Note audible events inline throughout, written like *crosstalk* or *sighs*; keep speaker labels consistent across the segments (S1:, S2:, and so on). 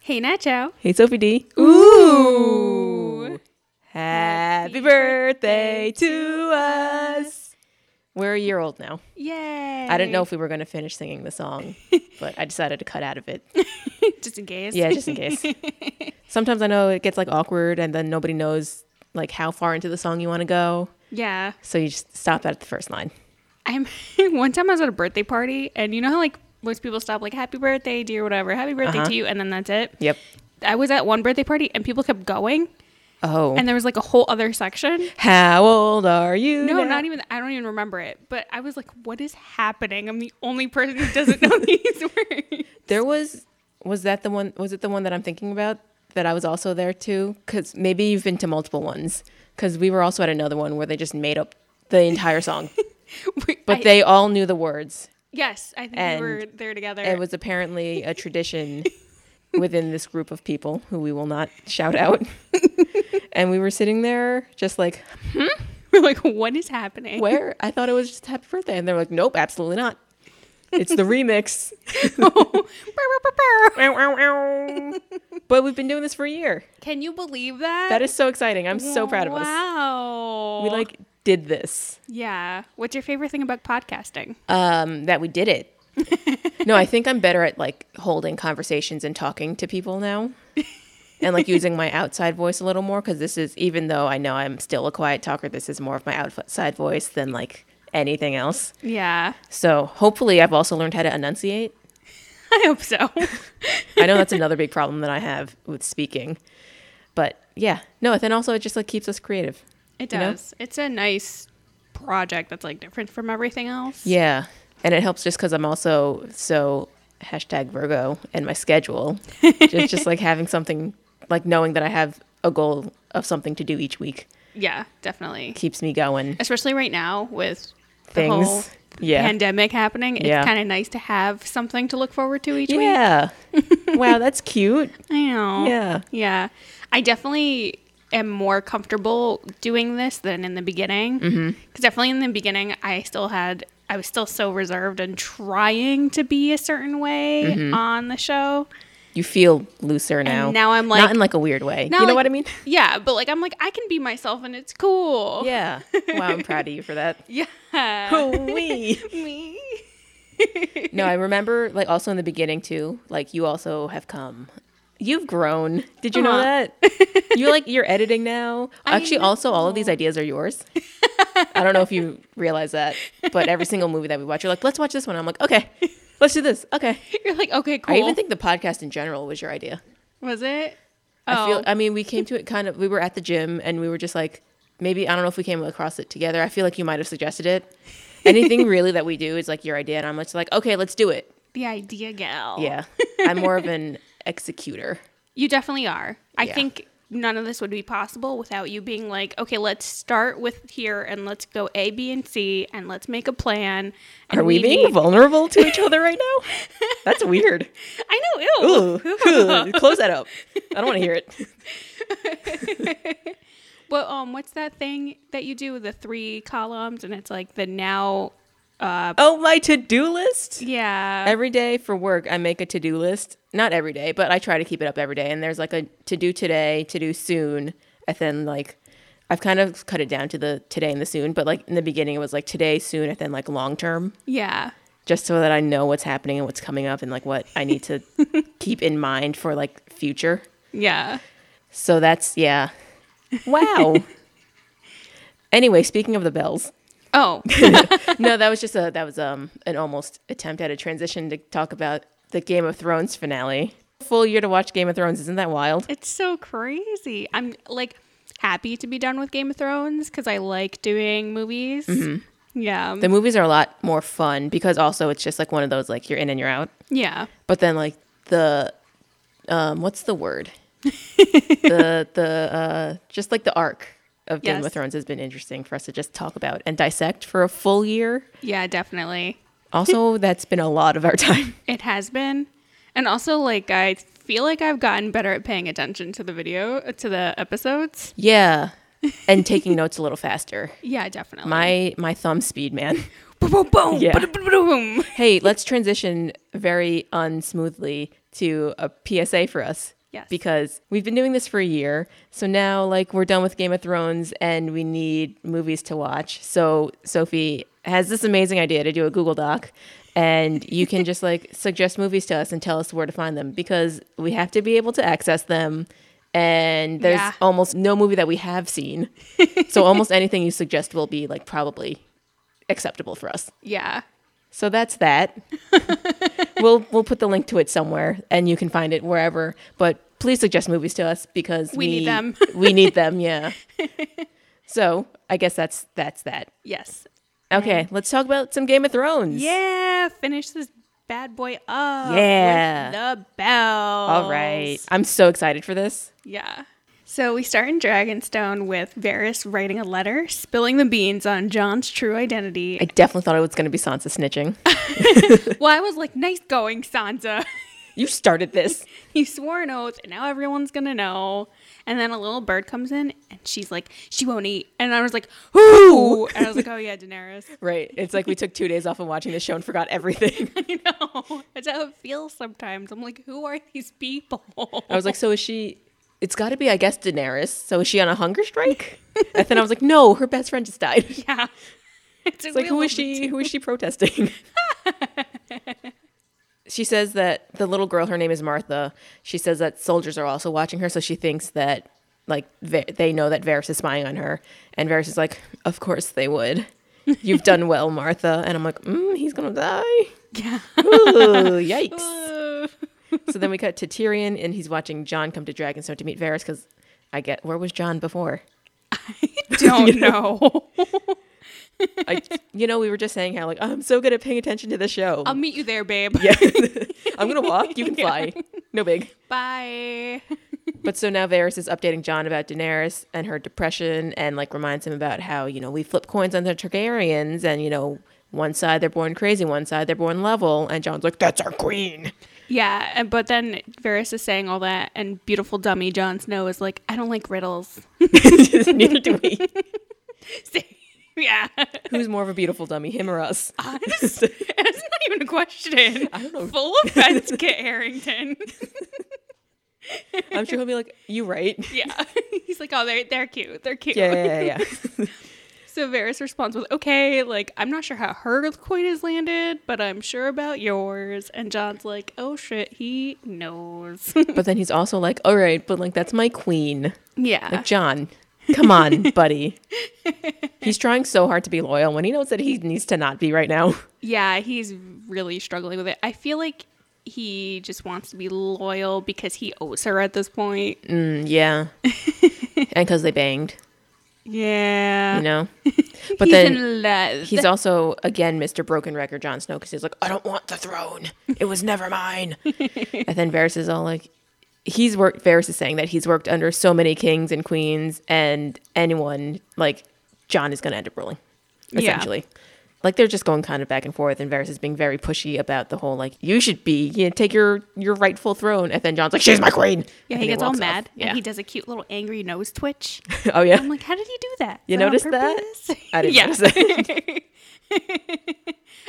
S1: Hey, Nacho.
S2: Hey, Sophie D.
S1: Ooh.
S2: Happy birthday to us. We're a year old now.
S1: Yay.
S2: I didn't know if we were going to finish singing the *laughs* song, but I decided to cut out of it.
S1: *laughs*
S2: *laughs*
S1: Just in case.
S2: Yeah, just in *laughs* case. Sometimes I know it gets like awkward and then nobody knows like how far into the song you want to go.
S1: Yeah.
S2: So you just stop at the first line.
S1: I'm *laughs* one time I was at a birthday party and you know how like most people stop like happy birthday dear whatever happy birthday
S2: Uh-huh.
S1: to you and then that's it.
S2: Yep.
S1: I was at one birthday party and people kept going
S2: Oh.
S1: and there was like a whole other section.
S2: how old are you?
S1: No,
S2: now?
S1: not even I don't even remember it. But I was like what is happening? I'm the only person who doesn't know *laughs* these words.
S2: There was was that the one was it the one that I'm thinking about that I was also there too cuz maybe you've been to multiple ones cuz we were also at another one where they just made up the entire song
S1: We-
S2: but
S1: I-
S2: they all knew the words.
S1: yes, I think
S2: and
S1: we were there together.
S2: It was apparently a tradition within this group of people who we will not shout out. and we were sitting there just like
S1: *laughs* we're like what is happening? *laughs*
S2: where I thought it was just happy birthday and they're like nope absolutely not. It's the remix. but we've been doing this for a year.
S1: Can you believe that?
S2: That is so exciting. I'm so proud of us.
S1: Oh, Wow.
S2: We like did this.
S1: Yeah. What's your favorite thing about podcasting?
S2: Um, that we did *laughs* it. no, I think I'm better at like holding conversations and talking to people *laughs* now. and like using my outside voice a little more because this is even though I know I'm still a quiet talker, this is more of my outside voice than like anything else.
S1: Yeah. *laughs*
S2: So hopefully I've also learned how to enunciate.
S1: I hope
S2: *laughs*
S1: so.
S2: I know that's another big problem that I have with speaking. But yeah. No, then also it just like keeps us creative.
S1: it
S2: You know?
S1: does. It's a nice project that's like different from everything else.
S2: Yeah. And it helps just because I'm also so hashtag Virgo and my schedule.
S1: *laughs*
S2: it's just like having something, like knowing that I have a goal of something to do each week
S1: Yeah, definitely.
S2: keeps me going.
S1: Especially right now with the
S2: Things.
S1: whole
S2: yeah.
S1: pandemic happening. It's
S2: Yeah.
S1: kind of nice to have something to look forward to each week. *laughs*
S2: yeah. wow, that's cute.
S1: I know.
S2: Yeah.
S1: Yeah. I definitely am more comfortable doing this than in the beginning. Because
S2: Mm-hmm.
S1: definitely in the beginning, I still had, I was still so reserved and trying to be a certain way
S2: Mm-hmm.
S1: on the show.
S2: You feel looser now.
S1: now I'm like-
S2: not in like a weird way. You
S1: Now,
S2: know
S1: like-
S2: what I mean?
S1: *laughs* Yeah. But like, I'm like, I can be myself and it's cool. *laughs*
S2: Yeah. Wow, I'm proud of you for that.
S1: Yeah.
S2: Wee.
S1: Me.
S2: *laughs* no, I remember like also in the beginning too, like you also have come. You've grown. Did you know
S1: Aw. *laughs*
S2: that? You're like you're editing now. Actually also all of these ideas are yours. I don't know if you realize that, but every single movie that we watch, you're like, let's watch this one. I'm like, okay, let's do this. Okay.
S1: *laughs* You're like, okay, cool.
S2: I even think the podcast in general was your idea.
S1: Was it?
S2: I feel I mean, we came to it kind of we were at the gym and we were just like maybe I don't know if we came across it together. I feel like you might have suggested it. *laughs* Anything really that we do is like your idea and I'm just like, okay, let's do it.
S1: the idea gal.
S2: Yeah. I'm more of an executor.
S1: You definitely are. I
S2: Yeah.
S1: think none of this would be possible without you being like, okay, let's start with here and let's go A, B, and C and let's make a plan. and
S2: *laughs* Are we being
S1: need-
S2: vulnerable to *laughs* each other right now? That's weird.
S1: I know. Ew.
S2: Ooh, ooh, close that up. I don't want to hear it.
S1: Well, um, what's that thing that you do with the three columns and it's like the now? Uh,
S2: *laughs* Oh, my to do list.
S1: yeah.
S2: Every day for work, I make a to do list. Not every day, but I try to keep it up every day. And there's like a to do today, to do soon. And then like, I've kind of cut it down to the today and the soon. But like in the beginning, it was like today, soon, and then like long term.
S1: yeah.
S2: just so that I know what's happening and what's coming up and like what I need *laughs* to keep in mind for like future.
S1: Yeah.
S2: So that's yeah. *laughs* Wow. anyway, speaking of the bells. *laughs*
S1: Oh,
S2: No, that was just a that was um an almost attempt at a transition to talk about the Game of Thrones finale. Full year to watch Game of Thrones, isn't that wild?
S1: it's so crazy. I'm like happy to be done with Game of Thrones because I like doing movies. Yeah.
S2: Mm-hmm. The movies are a lot more fun because also it's just like one of those like you're in and you're out.
S1: yeah.
S2: But then like the um what's
S1: *laughs*
S2: the word? the the uh just like the arc of Game
S1: Yes.
S2: of Thrones has been interesting for us to just talk about and dissect for a full year.
S1: Yeah, definitely. *laughs*
S2: Also, that's been a lot of our time.
S1: It has been. And also like I feel like I've gotten better at paying attention to the video to the episodes.
S2: Yeah. And taking notes a little faster.
S1: Yeah, definitely.
S2: My my thumb speed, man.
S1: boom boom boom
S2: Yeah.
S1: boom, boom, boom.
S2: Hey, let's transition very unsmoothly to a PSA for us.
S1: Yes.
S2: because we've been doing this for a year. So now like we're done with Game of Thrones and we need movies to watch. So Sophie has this amazing idea to do a Google Doc and you can just like *laughs* suggest movies to us and tell us where to find them because we have to be able to access them and there's
S1: Yeah.
S2: almost no movie that we have seen.
S1: *laughs*
S2: so almost anything you suggest will be like probably acceptable for us.
S1: yeah.
S2: So
S1: *laughs*
S2: that's that. we'll we'll put the link to it somewhere, and you can find it wherever. But please suggest movies to us because
S1: We need them.
S2: we need
S1: *laughs*
S2: them. Yeah. So I guess that's that's that.
S1: Yes.
S2: Okay, let's talk about some Game of Thrones.
S1: Yeah. Finish this bad boy up.
S2: Yeah.
S1: With the bell.
S2: All right. I'm so excited for this.
S1: Yeah. So we start in Dragonstone with Varys writing a letter, spilling the beans on John's true
S2: I
S1: identity.
S2: definitely thought it was going to be Sansa
S1: *laughs*
S2: snitching.
S1: well, I was like, nice going, Sansa. *laughs*
S2: you started this.
S1: you swore an oath, and now everyone's gonna know. And then a little bird comes in, and she's like, she won't eat. And I was like, who? and I was like, oh yeah, Daenerys. *laughs*
S2: Right. It's like we took two days off of watching the show and
S1: *laughs*
S2: forgot everything.
S1: You know, that's how it feels sometimes. I'm like, who are these people?
S2: *laughs* I was like, so is she? It's got to be, I guess, Daenerys. So is she on a hunger strike? and then I was like, no, her best friend just died.
S1: yeah. *laughs* It's
S2: It's like who is she? Who is she protesting? she says that the little girl, her name is Martha. She says that soldiers are also watching her, so she thinks that like Ve- they know that Varys is spying on her, and Varys is like, "Of course they would. You've done well, Martha." And I'm like, mm, "He's gonna die."
S1: *laughs*
S2: *laughs*
S1: Yeah. *laughs*
S2: Ooh, yikes! so then we cut to Tyrion, and he's watching John come to Dragonstone to meet Varys because I get where was John before?
S1: Don't know.
S2: *laughs* I, you know, we were just saying how like "Oh, I'm so good at paying attention to the show.
S1: I'll meet you there, babe.
S2: Yeah. *laughs* I'm going to walk. You can fly. No big.
S1: Bye.
S2: But so now Varys is updating John about Daenerys and her depression and like reminds him about how, you know, we flip coins on the Targaryens and, you know, one side they're born crazy, one side they're born level. And John's like, that's our queen. *laughs*
S1: Yeah, and, but then Varys is saying all that, and beautiful dummy Jon Snow is like, I don't like riddles. *laughs*
S2: Neither do we.
S1: yeah.
S2: Who's more of a beautiful dummy, him or us?
S1: Honest? it's not even a question.
S2: I don't know.
S1: Full *laughs* offense, Kit Harrington.
S2: *laughs* I'm sure he'll be like, you right.
S1: yeah. *laughs* He's like, oh, they're, they're cute. They're cute.
S2: Yeah, yeah, yeah. yeah.
S1: *laughs* So Varys responds with, okay, like, I'm not sure how her coin has landed, but I'm sure about yours. And John's like, oh shit, he knows.
S2: *laughs*
S1: *laughs*
S2: but then he's also like, all right, but like, that's my queen.
S1: yeah.
S2: Like, *laughs* John, come on, buddy. He's trying so hard to be loyal when he knows that he needs to not be right now.
S1: Yeah, he's really struggling with it. I feel like he just wants to be loyal because he owes her at this point.
S2: Mm, yeah. *laughs* and because they banged,
S1: Yeah. *laughs*
S2: you know? But
S1: but he's
S2: then
S1: in love. *laughs*
S2: he's also, again, Mr. Broken Record Jon Snow because he's like, I don't want the throne. It was never
S1: *laughs*
S2: mine. and then Varys is all like, he's worked, Varys is saying that he's worked under so many kings and queens, and anyone, like, John is going to end up ruling,
S1: Yeah.
S2: essentially. Like they're just going kind of back and forth, and Varys is being very pushy about the whole like you should be, you know, take your your rightful throne, and then John's like she's my queen.
S1: yeah,
S2: And
S1: he gets all
S2: walks off.
S1: mad
S2: Yeah.
S1: and he does a cute little angry nose twitch.
S2: *laughs* oh yeah.
S1: I'm like, how did he do that? Is
S2: You
S1: that on
S2: noticed that?
S1: purpose?"
S2: *laughs* I
S1: *laughs*
S2: didn't
S1: yeah.
S2: notice that.
S1: *laughs*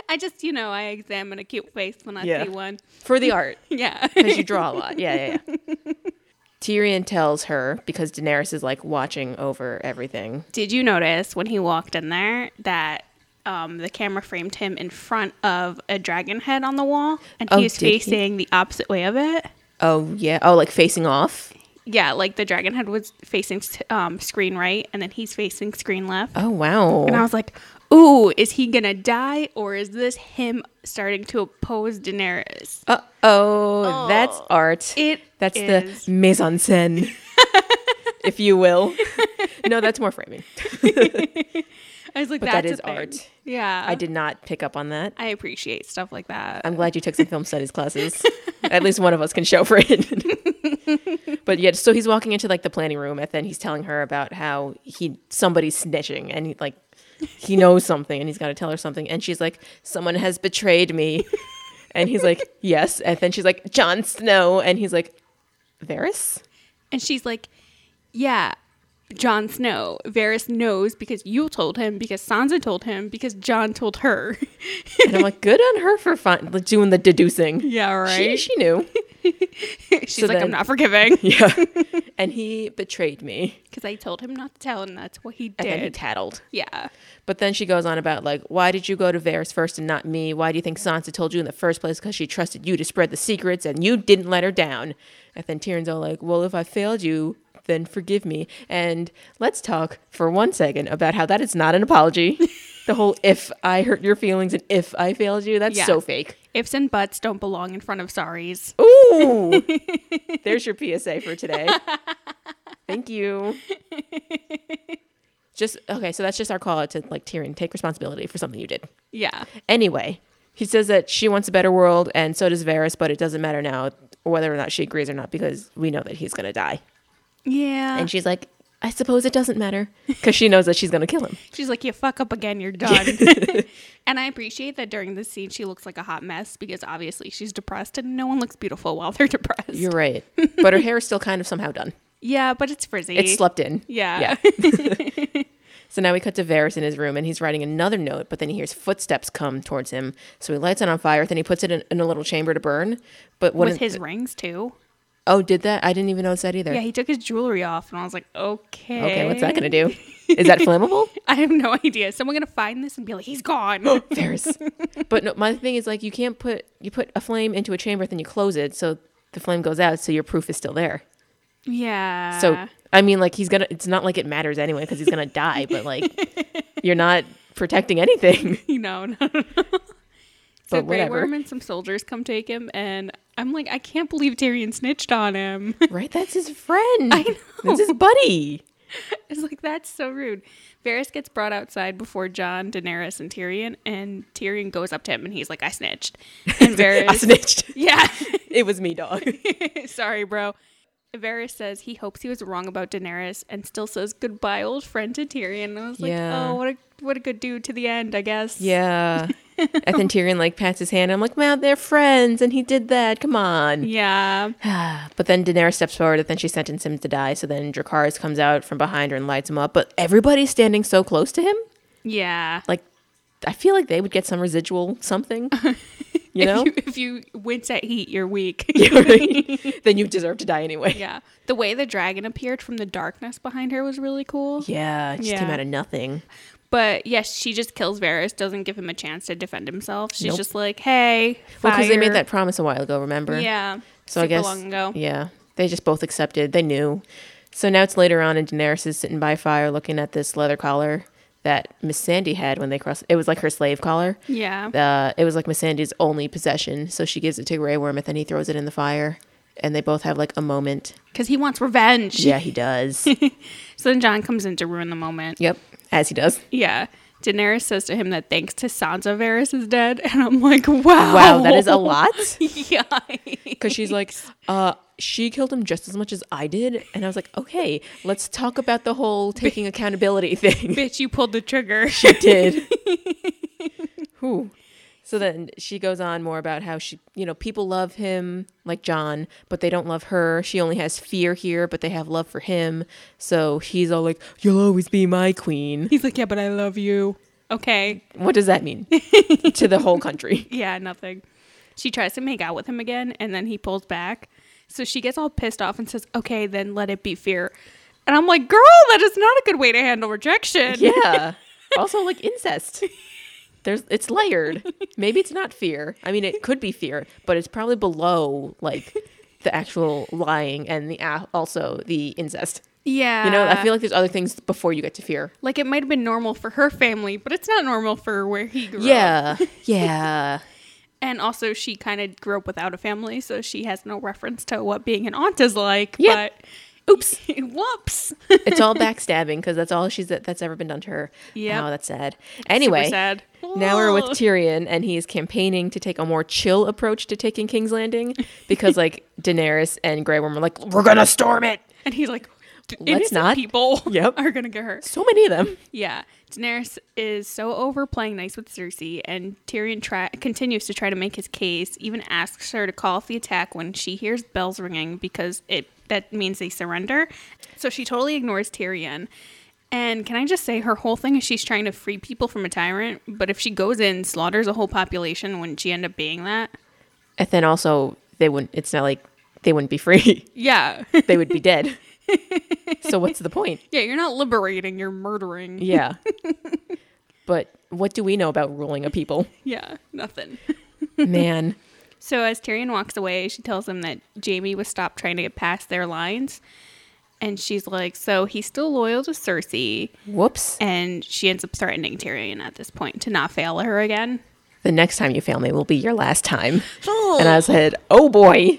S1: I just, you know, I examine a cute face when I
S2: Yeah.
S1: see one. *laughs*
S2: For the art, *laughs*
S1: Yeah.
S2: because you draw a lot. Yeah, yeah, yeah. *laughs* Tyrion tells her because Daenerys is like watching over everything.
S1: Did you notice when he walked in there that um, the camera framed him in front of a dragon head on the wall and
S2: Oh,
S1: he was
S2: did he?
S1: facing the opposite way of it?
S2: Oh yeah. Oh, like facing off.
S1: Yeah, like the dragon head was facing s- um, screen right and then he's facing screen left.
S2: Oh
S1: And I
S2: wow.
S1: was like, ooh, is he going to die or is this him starting to oppose Daenerys?
S2: Uh oh, that's art.
S1: It
S2: that's
S1: is.
S2: the mise
S1: *laughs*
S2: en scène, if you *laughs* will. No, that's more framing.
S1: I was like,
S2: But that
S1: that's a
S2: is
S1: thing."
S2: art.
S1: Yeah.
S2: I did Um, not pick up on that.
S1: I appreciate stuff like that.
S2: I'm glad you took some film studies classes. At least one of us can show for it. *laughs* but yeah, so he's walking into like the planning room, and then he's telling her about how he somebody's snitching, and he, like he knows something, and he's got to tell her something, and she's like, "Someone has betrayed me," and he's like, "Yes," and then she's like, "Jon Snow," and he's like, "Varys."
S1: And she's like, Yeah, Jon Snow. Varys knows because you told him, because Sansa told him, because John told her.
S2: *laughs* And I'm like, "Good on her for fun, doing the deducing."
S1: Yeah,
S2: She, she knew.
S1: *laughs* She's like, I'm
S2: then-
S1: not forgiving.
S2: *laughs* Yeah. and he betrayed me.
S1: Because I told him not to tell, and that's what he
S2: And then he
S1: did.
S2: tattled.
S1: yeah.
S2: But then she goes on about like, why did you go to Varys first and not me? Why do you think Sansa told you in the first place? Because she trusted you to spread the secrets, and you didn't let her down. And then Tyrion's all like, well, if I failed you, then forgive me. And let's talk for one second about how that is not an apology. the whole if I hurt your feelings and if I failed you, that's
S1: Yeah.
S2: so fake.
S1: Ifs and buts don't belong in front of sorries.
S2: Oh. Ooh, *laughs* there's your PSA for today. Thank you. Just okay, so that's just our call out to like Tyrion, take responsibility for something you did.
S1: Yeah.
S2: Anyway, he says that she wants a better world, and so does Varys, but it doesn't matter now whether or not she agrees or not because we know that he's gonna die.
S1: Yeah.
S2: And she's like, I suppose it doesn't *laughs* matter because she knows that she's gonna kill him.
S1: She's like, you fuck up again,
S2: *laughs*
S1: you're done. *laughs* and I appreciate that during this scene, she looks like a hot mess because obviously she's depressed and no one looks beautiful while they're depressed.
S2: You're right, *laughs* but her hair is still kind of somehow done.
S1: yeah, but it's frizzy.
S2: It's slept in.
S1: *laughs* Yeah.
S2: so now we cut to Varys in his room and he's writing another note, but then he hears footsteps come towards him. So he lights it on fire, then he puts it in, in a little chamber to burn. But what
S1: With
S2: in-
S1: his rings too.
S2: Oh, did that? I didn't even notice that either.
S1: Yeah, he took his jewelry off and I was like, okay.
S2: okay, what's that gonna do? Is that flammable?
S1: *laughs* I have no idea. Someone gonna find this and be like, he's
S2: *laughs*
S1: gone.
S2: Varys. but no, my thing is like you can't put you put a flame into a chamber, then you close it, so the flame goes out, so your proof is still there.
S1: yeah.
S2: So I mean, like he's gonna. It's not like it matters anyway because he's gonna die. But *laughs* like, you're not protecting anything.
S1: *laughs* you know, *laughs* no, no, no. So
S2: But
S1: Grey
S2: whatever.
S1: Worm and some soldiers come take him, and I'm like, I can't believe Tyrion snitched on him. *laughs*
S2: Right? That's his friend. I
S1: know.
S2: That's his buddy.
S1: *laughs* It's like that's so rude. Varys gets brought outside before John, Daenerys, and Tyrion, and Tyrion goes up to him and he's like, "I snitched." And
S2: *laughs* I
S1: Varys,
S2: snitched.
S1: *laughs* yeah,
S2: *laughs* It was me, dog.
S1: sorry, bro. Varys says he hopes he was wrong about Daenerys, and still says goodbye, old friend, to Tyrion. And I was like,
S2: Yeah.
S1: oh, what a what a good dude to the end, I guess.
S2: *laughs* Yeah. and then Tyrion like pats his hand. I'm like, man, they're friends, and he did that. Come on.
S1: yeah.
S2: Uh, but then Daenerys steps forward, and then she sentenced him to die. So then Dracarys comes out from behind her and lights him up. But everybody's standing so close to him.
S1: Yeah.
S2: Like, I feel like they would get some residual
S1: *laughs*
S2: something. You know?
S1: If you, if you wince at heat, you're weak.
S2: *laughs* then you deserve to die anyway.
S1: *laughs* yeah. The way the dragon appeared from the darkness behind her was really cool.
S2: Yeah, it just came
S1: Yeah.
S2: out of nothing.
S1: But yes, she just kills Varys, doesn't give him a chance to defend himself. She's
S2: Nope.
S1: just like, hey,
S2: Well, because they made
S1: fire.
S2: that promise a while ago, remember?
S1: Yeah.
S2: So
S1: super
S2: I guess
S1: long ago.
S2: yeah, they just both accepted. They knew. So now it's later on, and Daenerys is sitting by a fire looking at this leather collar that Miss Sandy had when they crossed. It was like her slave collar.
S1: Yeah.
S2: Uh, it was like Miss Sandy's only possession. So she gives it to Grey Worm, and then he throws it in the fire, and they both have like a moment.
S1: Because he wants revenge.
S2: Yeah, he does.
S1: So then John comes in to ruin the moment.
S2: *laughs* yep, as he does.
S1: Yeah. Daenerys says to him that thanks to Sansa, Varys is dead. *laughs* And I'm like, wow.
S2: *laughs* Wow, that is a *laughs* lot.
S1: *laughs* yeah.
S2: because she's like, uh, she killed him just as much as I did, and I was like, okay, let's talk about the whole *laughs* taking accountability thing.
S1: Bitch, you pulled the trigger.
S2: she did. *laughs* Whew. So then she goes on more about how she, you know, people love him like John, but they don't love her. She only has fear here, but they have love for him. So he's all like, "You'll always be my queen." *laughs*
S1: He's like, yeah, but I love you. Okay.
S2: What does that *laughs* mean to the whole country?
S1: Yeah, nothing. She tries to make out with him again, and then he pulls back. So she gets all pissed off and says, "Okay, then let it be fear." And I'm like, "Girl, that is not a good way to handle rejection."
S2: Yeah. *laughs* also, like incest. There's it's layered. Maybe it's not fear. I mean, it could be fear, but it's probably below like the actual lying and the a also the incest.
S1: yeah.
S2: You know, I feel like there's other things before you get to fear.
S1: like it might have been normal for her family, but it's not normal for where he grew up.
S2: *laughs* Yeah. Yeah.
S1: And also, she kind of grew up without a family, so she has no reference to what being an aunt is like.
S2: Yeah.
S1: But oops, *laughs*
S2: *laughs*
S1: whoops.
S2: it's all backstabbing because that's all she's that's ever been done to her.
S1: Yep.
S2: Oh, that's sad. Anyway,
S1: sad.
S2: now we're with
S1: Ugh.
S2: Tyrion, and he is campaigning to take a more chill approach to taking King's Landing because *laughs* like Daenerys and Grey Worm are like, we're gonna storm it.
S1: and he's like, "D-
S2: Let's
S1: innocent
S2: not.
S1: people
S2: Yep.
S1: *laughs* are gonna get hurt.
S2: So many of them.
S1: Yeah, Daenerys is so over playing nice with Cersei, and Tyrion try- continues to try to make his case. Even asks her to call off the attack when she hears bells ringing because it that means they surrender. So she totally ignores Tyrion. And can I just say, her whole thing is she's trying to free people from a tyrant. But if she goes in, slaughters a whole population, wouldn't she end up being that?
S2: And then also they wouldn't. It's not like they wouldn't be free. *laughs*
S1: Yeah. *laughs*
S2: they would be *laughs* dead. so what's the point?
S1: yeah, you're not liberating, you're murdering.
S2: *laughs* Yeah. but what do we know about ruling a people?
S1: Yeah, nothing.
S2: Man.
S1: So as Tyrion walks away, she tells him that Jamie was stopped trying to get past their lines. And she's like, so he's still loyal to Cersei.
S2: Whoops.
S1: And she ends up threatening Tyrion at this point to not fail her again.
S2: The next time you fail me will be your last time. And I said, *laughs* oh boy.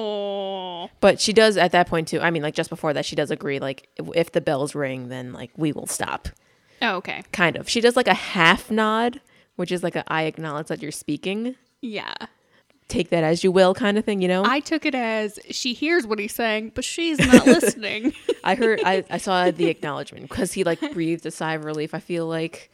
S1: Oh.
S2: But she does at that point too. I mean, like just before that, she does agree. Like if- if the bells ring, then like we will stop.
S1: Oh, okay.
S2: Kind of. She does like a half nod, which is like a I acknowledge that you're speaking.
S1: Yeah.
S2: Take that as you will, kind of thing. You know. I,
S1: I took it as she hears what he's saying, but she's *laughs* not listening.
S2: heard. *laughs* I, I saw the acknowledgement because he like breathed a sigh of relief. I feel like.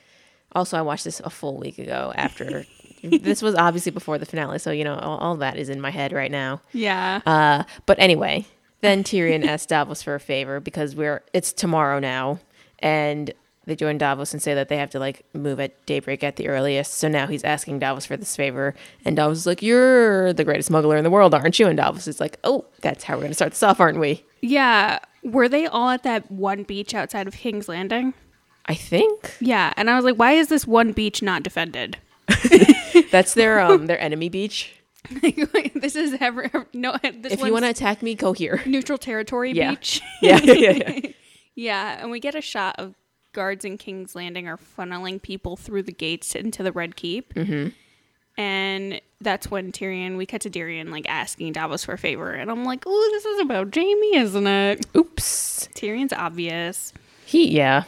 S2: Also, I watched this a full week ago. *laughs* After this was obviously before the finale, so you know all, all that is in my head right now.
S1: yeah.
S2: Uh, but anyway, then Tyrion *laughs* asked Davos for a favor because we're it's tomorrow now, and they join Davos and say that they have to like move at daybreak at the earliest. So now he's asking Davos for this favor, and Davos is like, "You're the greatest smuggler in the world, aren't you?" And Davos is like, "Oh, that's how we're gonna start this off, aren't we?"
S1: yeah. Were they all at that one beach outside of King's Landing?
S2: I think
S1: Yeah. And I was like, why is this one beach not defended? *laughs*
S2: that's their um their enemy beach.
S1: this is ever, no, this
S2: If
S1: one's
S2: you want to attack me, go here.
S1: neutral territory
S2: Yeah.
S1: beach.
S2: *laughs*
S1: *laughs*
S2: yeah, yeah, yeah. *laughs*
S1: yeah. And we get a shot of guards in King's Landing are funneling people through the gates into the Red Keep. Mm-hmm. And that's when Tyrion, we cut to Tyrion like asking Davos for a favor. And I'm like, ooh, this is about Jamie, isn't it?
S2: Oops.
S1: Tyrion's obvious.
S2: He, yeah.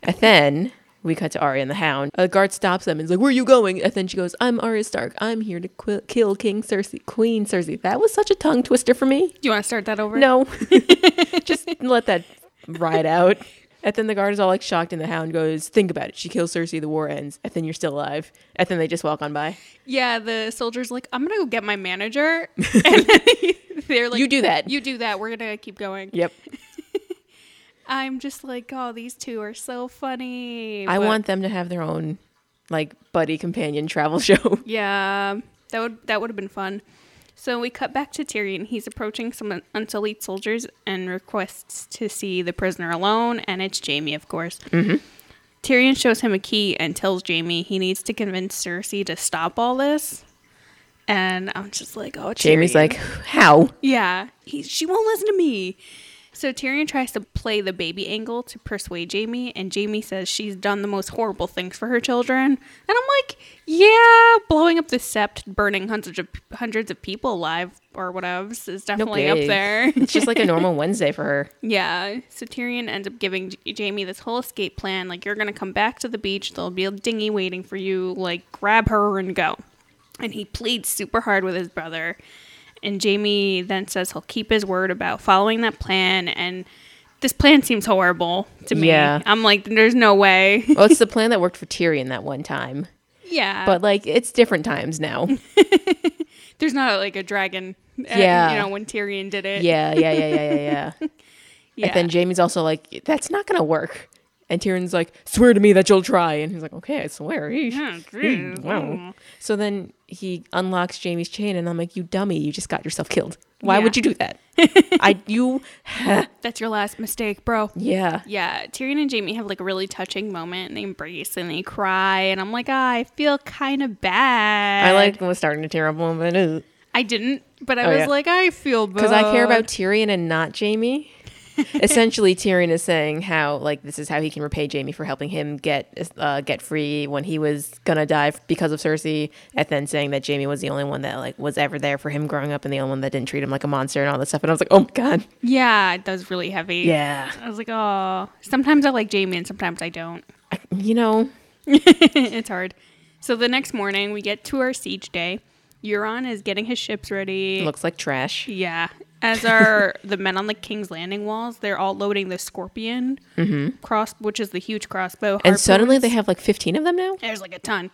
S2: And then we cut to Arya and the Hound. A guard stops them and is like, "Where are you going?" And then she goes, "I'm Arya Stark. I'm here to qu- kill King Cersei, Queen Cersei." That was such a tongue twister for me.
S1: Do you want to start that over?
S2: No, *laughs* just let that ride out. And then the guard is all like shocked, and the Hound goes, "Think about it. She kills Cersei. The war ends. And then you're still alive." And then they just walk on by.
S1: Yeah, the soldier's like, I'm going to go get my
S2: *laughs*
S1: manager. *laughs* and then they're like,
S2: You do that.
S1: You do that. We're going to keep going.
S2: Yep.
S1: I'm just like, oh, these two are so funny.
S2: I
S1: but-
S2: want them to have their own like buddy companion travel *laughs* show.
S1: Yeah, that would that would have been fun. So we cut back to Tyrion. He's approaching some unsullied soldiers and requests to see the prisoner alone, and it's Jamie, of course. Mm-hmm. Tyrion shows him a key and tells Jamie he needs to convince Cersei to stop all this. And I'm just like, oh,
S2: Jamie's
S1: Tyrion.
S2: like, "How?"
S1: Yeah, he, she won't listen to me. So Tyrion tries to play the baby angle to persuade Jamie, and Jamie says she's done the most horrible things for her children. And I'm like, yeah, blowing up the sept, burning hundreds of hundreds of people alive or whatevs is
S2: No
S1: definitely up
S2: big.
S1: there.
S2: *laughs* It's just like
S1: *laughs*
S2: a normal Wednesday for her.
S1: yeah. So Tyrion ends up giving J- Jamie this whole escape plan, like you're gonna come back to the beach, there'll be a dinghy waiting for you, like grab her and go. And he pleads super hard with his brother. And Jamie then says he'll keep his word about following that plan. And this plan seems horrible to me.
S2: Yeah.
S1: I'm like, there's no way. *laughs*
S2: well, it's the plan that worked for Tyrion that one time.
S1: yeah.
S2: But like, it's different times now.
S1: there's not like a dragon. uh,
S2: Yeah.
S1: You know, when Tyrion did it.
S2: *laughs* Yeah, yeah, yeah, yeah, *laughs* yeah, yeah.
S1: Yeah.
S2: And then Jamie's also like, "That's not gonna work." And Tyrion's like, "Swear to me that you'll try." And he's like, "Okay, I swear." Eesh.
S1: Yeah, Oh, geez.
S2: Mm, wow. So then he unlocks Jamie's chain, and I'm like, "You dummy! You just got yourself killed. Why
S1: Yeah.
S2: would you do *laughs* that?" I you,
S1: That's your last mistake, bro.
S2: yeah.
S1: Yeah, Tyrion and Jamie have like a really touching moment and they embrace and they cry and I'm like, ah, I feel kind of bad.
S2: I like was starting to tear up a little bit
S1: I didn't, but I
S2: Oh,
S1: was
S2: yeah.
S1: like, I feel bad.
S2: because I care about Tyrion and not
S1: *laughs*
S2: Jamie. Essentially, Tyrion is saying how like this is how he can repay Jamie for helping him get uh, get free when he was gonna die because of Cersei, and then saying that Jamie was the only one that like was ever there for him growing up and the only one that didn't treat him like a monster and all this stuff. And I was like, oh my god,
S1: Yeah, that was really heavy.
S2: yeah,
S1: I was like, oh. Sometimes I like Jamie and sometimes I don't. *laughs*
S2: you know,
S1: it's hard. So the next morning we get to our siege day. Euron is getting his ships ready.
S2: it looks like trash.
S1: Yeah. As
S2: *laughs*
S1: are the men on the King's Landing walls. They're all loading the scorpion cross, which is the huge crossbow.
S2: Mm-hmm. And suddenly
S1: harpoons.
S2: they have like fifteen of them now.
S1: There's like a ton.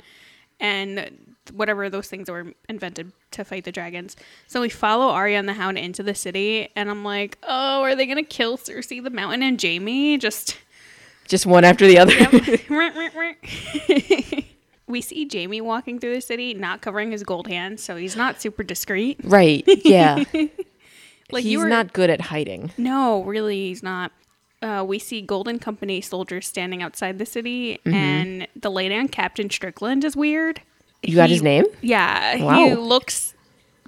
S1: And whatever those things that were invented to fight the dragons. So we follow Arya and the Hound into the city, and I'm like, oh, are they going to kill Cersei the Mountain and Jamie? Just. *laughs*
S2: Just one after the other. *laughs*
S1: *laughs* we see Jamie walking through the city, not covering his gold hands, so he's not super discreet.
S2: right. Yeah.
S1: *laughs* Like
S2: he's
S1: you were
S2: not good at hiding.
S1: No, really, he's not. Uh, we see Golden Company soldiers standing outside the city,
S2: Mm-hmm.
S1: and the lady on Captain Strickland is weird.
S2: You got his name?
S1: Yeah, he
S2: Wow.
S1: looks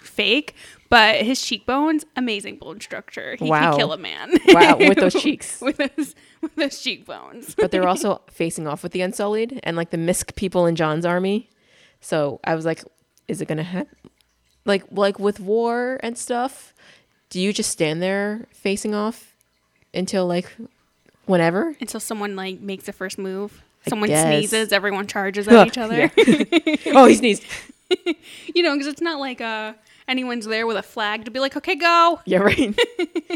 S1: fake, but his cheekbones, amazing bone structure. He
S2: Wow.
S1: could kill a man.
S2: *laughs* Wow,
S1: *laughs*
S2: with those cheeks.
S1: with those with those cheekbones.
S2: But they're also facing off with the Unsullied and like the Misk people in John's army. So I was like, is it gonna happen? Like like with war and stuff, do you just stand there facing off until like whenever?
S1: Until someone like makes the first move. Someone
S2: guess.
S1: sneezes, everyone charges
S2: *laughs*
S1: at each other.
S2: oh, he sneezed.
S1: *laughs* You know, because it's not like uh, anyone's there with a flag to be like, okay, go. *laughs*
S2: Yeah, right.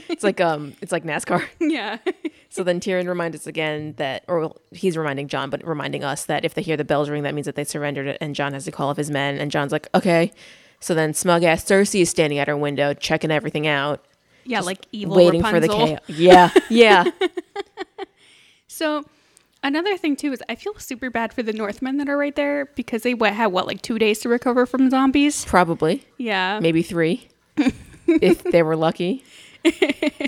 S2: it's like um, it's like NASCAR.
S1: Yeah. *laughs*
S2: So then Tyrion reminds us again that, or well, he's reminding John, but reminding us that if they hear the bells ring, that means that they surrendered it, and John has to call up his men. And John's like, okay. So then smug ass Cersei is standing at her window, checking everything out,
S1: Yeah, like evil
S2: waiting
S1: Rapunzel.
S2: for the chaos. *laughs* Yeah, yeah.
S1: So another thing too is I feel super bad for the Northmen that are right there because they what had what like two days to recover from zombies.
S2: Probably,
S1: Yeah.
S2: maybe three, if they were lucky.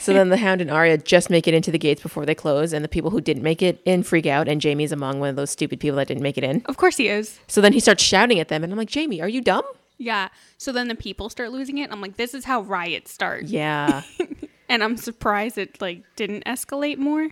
S2: So then the Hound and Arya just make it into the gates before they close, and the people who didn't make it in freak out, and Jamie's among one of those stupid people that didn't make it in.
S1: Of course he is.
S2: So then he starts shouting at them, and I'm like, Jamie, are you dumb?
S1: Yeah. So then the people start losing it. I'm like, this is how riots start.
S2: Yeah,
S1: And I'm surprised it like didn't escalate more.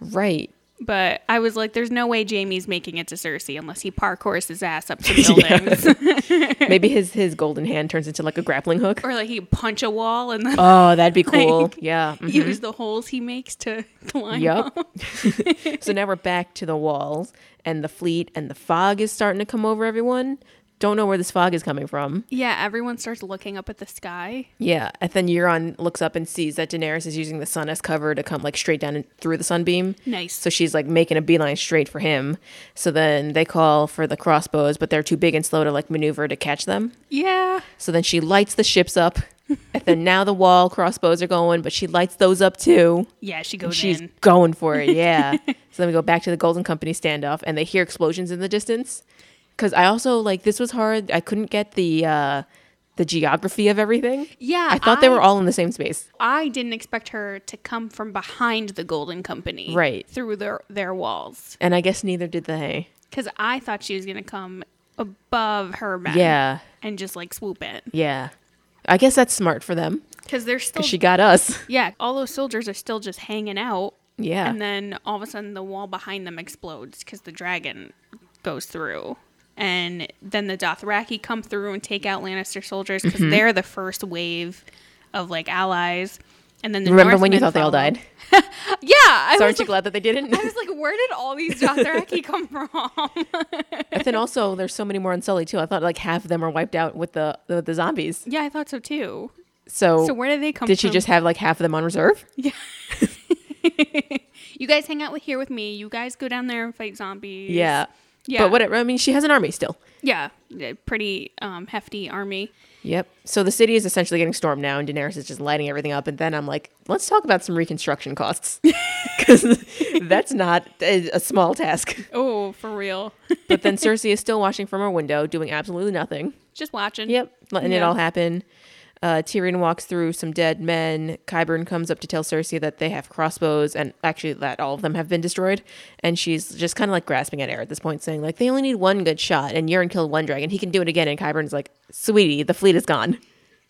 S2: right.
S1: But I was like, there's no way Jamie's making it to Cersei unless he parkours his ass
S2: *laughs*
S1: up some buildings.
S2: Maybe his his golden hand turns into like a grappling hook.
S1: or like he punch a wall and
S2: *laughs*
S1: then
S2: Oh, that'd be *laughs* cool. yeah. Mm.
S1: use the holes he makes to *laughs* climb
S2: Yup.
S1: up.
S2: *laughs* so now we're back to the walls and the fleet and the fog is starting to come over everyone. Don't know where this fog is coming from.
S1: Yeah, everyone starts looking up at the sky.
S2: Yeah. And then Euron looks up and sees that Daenerys is using the sun as cover to come like straight down and through the sunbeam.
S1: Nice.
S2: So she's like making a beeline straight for him. So then they call for the crossbows, but they're too big and slow to like maneuver to catch them.
S1: Yeah.
S2: So then she lights the ships *laughs* up. and then now the wall crossbows are going, but she lights those up too.
S1: Yeah, she goes
S2: She's
S1: in.
S2: going for
S1: *laughs*
S2: it, yeah. so then we go back to the Golden Company standoff, and they hear explosions in the distance. Because I also like this was hard. I couldn't get the uh, the geography of everything.
S1: Yeah,
S2: I thought they were
S1: I-
S2: all in the same space.
S1: I didn't expect her to come from behind the Golden Company,
S2: Right.
S1: through their their walls,
S2: And I guess neither did they.
S1: because I thought she was gonna come above her men,
S2: Yeah,
S1: and just like swoop in,
S2: yeah. I guess that's smart for them
S1: because they're still,
S2: 'cause she
S1: *laughs*
S2: got us.
S1: yeah, all those soldiers are still just hanging out,
S2: Yeah,
S1: and then all of a sudden the wall behind them explodes because the dragon goes through. And then the Dothraki come through and take out Lannister soldiers because
S2: Mm-hmm.
S1: they're the first wave of like allies. And then the
S2: remember when you
S1: Northmen
S2: thought they
S1: follow.
S2: all died?
S1: *laughs* Yeah, I
S2: So
S1: was *laughs*
S2: aren't you glad that they didn't? *laughs*
S1: I was like, where did all these Dothraki *laughs* come from? *laughs*
S2: but then also, there's so many more Unsullied too. I thought like half of them were wiped out with the the, the zombies.
S1: yeah, I thought so too.
S2: So,
S1: So where did they come
S2: did she
S1: from?
S2: just have like half of them on reserve?
S1: *laughs* You guys hang out with, here with me. You guys go down there and fight zombies.
S2: Yeah.
S1: Yeah.
S2: But whatever. I mean, she has an army still.
S1: Yeah. a Pretty um, hefty army.
S2: Yep. So the city is essentially getting stormed now, and Daenerys is just lighting everything up. And then I'm like, let's talk about some reconstruction *laughs* costs. Because that's not a a small task.
S1: Oh, for real. *laughs*
S2: But *laughs* then Cersei is still watching from her window, doing absolutely nothing.
S1: just watching.
S2: Yep. Letting it
S1: Yeah.
S2: all happen. Uh, Tyrion walks through some dead men. Kyburn comes up to tell Cersei that they have crossbows and actually that all of them have been destroyed. And she's just kind of like grasping at air at this point, saying, like, they only need one good shot and Euron killed one dragon. He can do it again. And Kyburn's like, sweetie, the fleet is gone.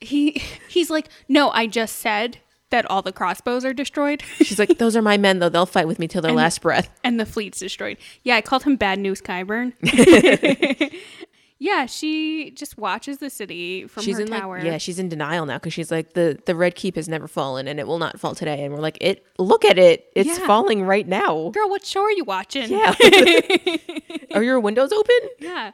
S1: He he's like, no, I just said that all the crossbows are destroyed *laughs*
S2: She's like, those are my men, though. They'll fight with me till their last breath.
S1: and the fleet's destroyed. Yeah, I called him Bad News
S2: *laughs*
S1: Kyburn. *laughs* yeah, she just watches the city from
S2: She's
S1: her
S2: in
S1: tower.
S2: like, yeah, she's in denial now because she's like, the the red keep has never fallen and it will not fall today. And we're like, it, look at it, it's
S1: Yeah.
S2: falling right now.
S1: Girl, what show are you watching?
S2: Yeah, *laughs*
S1: *laughs*
S2: are your windows open?
S1: Yeah.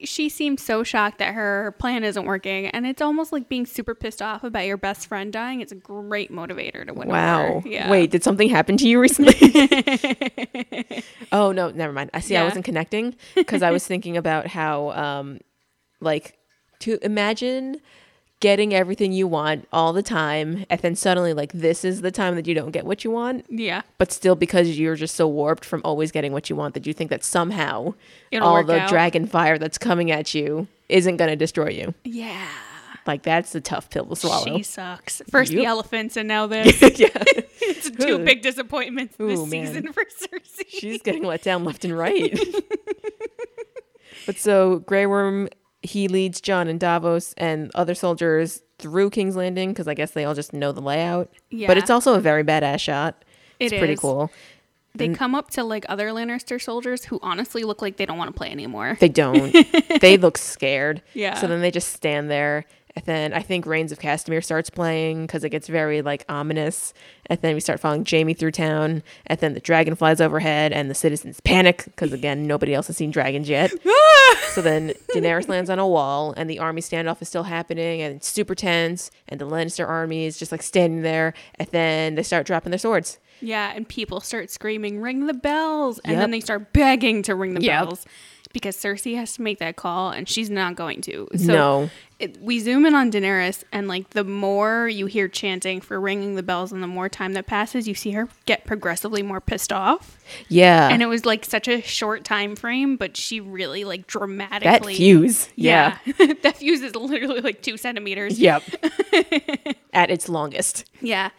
S1: She seems so shocked that her plan isn't working, and it's almost like being super pissed off about your best friend dying. It's a great motivator to win.
S2: Wow.
S1: Over. Yeah.
S2: Wait, did something happen to you
S1: *laughs*
S2: recently? *laughs* oh no, never mind. I see. I
S1: Yeah.
S2: wasn't connecting because
S1: *laughs*
S2: I was thinking about how, um, like, to imagine getting everything you want all the time, and then suddenly, like, this is the time that you don't get what you want,
S1: Yeah.
S2: but still because you're just so warped from always getting what you want that you think that somehow
S1: It'll
S2: all
S1: work
S2: the
S1: out.
S2: dragon fire that's coming at you isn't going to destroy you.
S1: Yeah.
S2: Like that's the tough pill to swallow.
S1: She sucks. First the
S2: Yep.
S1: elephants and
S2: *laughs*
S1: now this.
S2: yeah.
S1: *laughs* It's two big disappointments this
S2: Ooh, man.
S1: season *laughs* for Cersei.
S2: She's getting let down left and right. but so Grey Worm, he leads John and Davos and other soldiers through King's Landing because I guess they all just know the layout.
S1: Yeah.
S2: But it's also a very badass shot. It's
S1: It
S2: pretty
S1: is.
S2: cool.
S1: they come up to like other Lannister soldiers who honestly look like they don't want to play anymore.
S2: They don't.
S1: *laughs*
S2: they look scared.
S1: Yeah.
S2: So then they just stand there. And then I think Reigns of Castamere starts playing because it gets very like ominous. And then we start following Jamie through town. And then the dragon flies overhead, and the citizens panic because again nobody else has seen
S1: *laughs*
S2: dragons yet.
S1: Ah!
S2: so then Daenerys lands on a wall, and the army standoff is still happening, and it's super tense. And the Lannister army is just like standing there. And then they start dropping their swords.
S1: Yeah, and people start screaming, "Ring the bells!" And
S2: Yep.
S1: then they start begging to ring the
S2: Yep.
S1: bells because Cersei has to make that call, and she's not going to. So
S2: No.
S1: it, we zoom in on Daenerys, and like the more you hear chanting for ringing the bells, and the more time that passes, you see her get progressively more pissed off.
S2: Yeah.
S1: And it was like such a short time frame, but she really like
S2: that
S1: dramatically.
S2: fuse. yeah.
S1: *laughs* that fuse is literally like two centimeters.
S2: Yep.
S1: *laughs*
S2: At its longest.
S1: Yeah.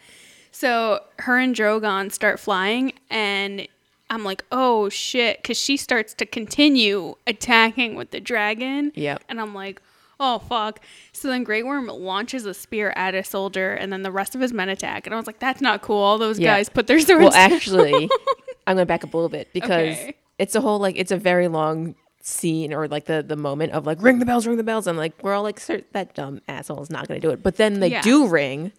S1: So her and Drogon start flying, and I'm like, oh shit, because she starts to continue attacking with the dragon.
S2: Yep.
S1: And I'm like, oh fuck. So then Grey Worm launches a spear at a soldier, and then the rest of his men attack. And I was like, that's not cool. All those
S2: Yeah.
S1: guys put their swords.
S2: Well,
S1: down.
S2: actually, I'm going to back up a little bit
S1: *laughs*
S2: because
S1: Okay.
S2: it's a whole like it's a very long scene or like the the moment of like ring the bells, ring the bells. I'm like we're all like Sir, that dumb asshole is not going to do it, but then they
S1: Yeah.
S2: do ring.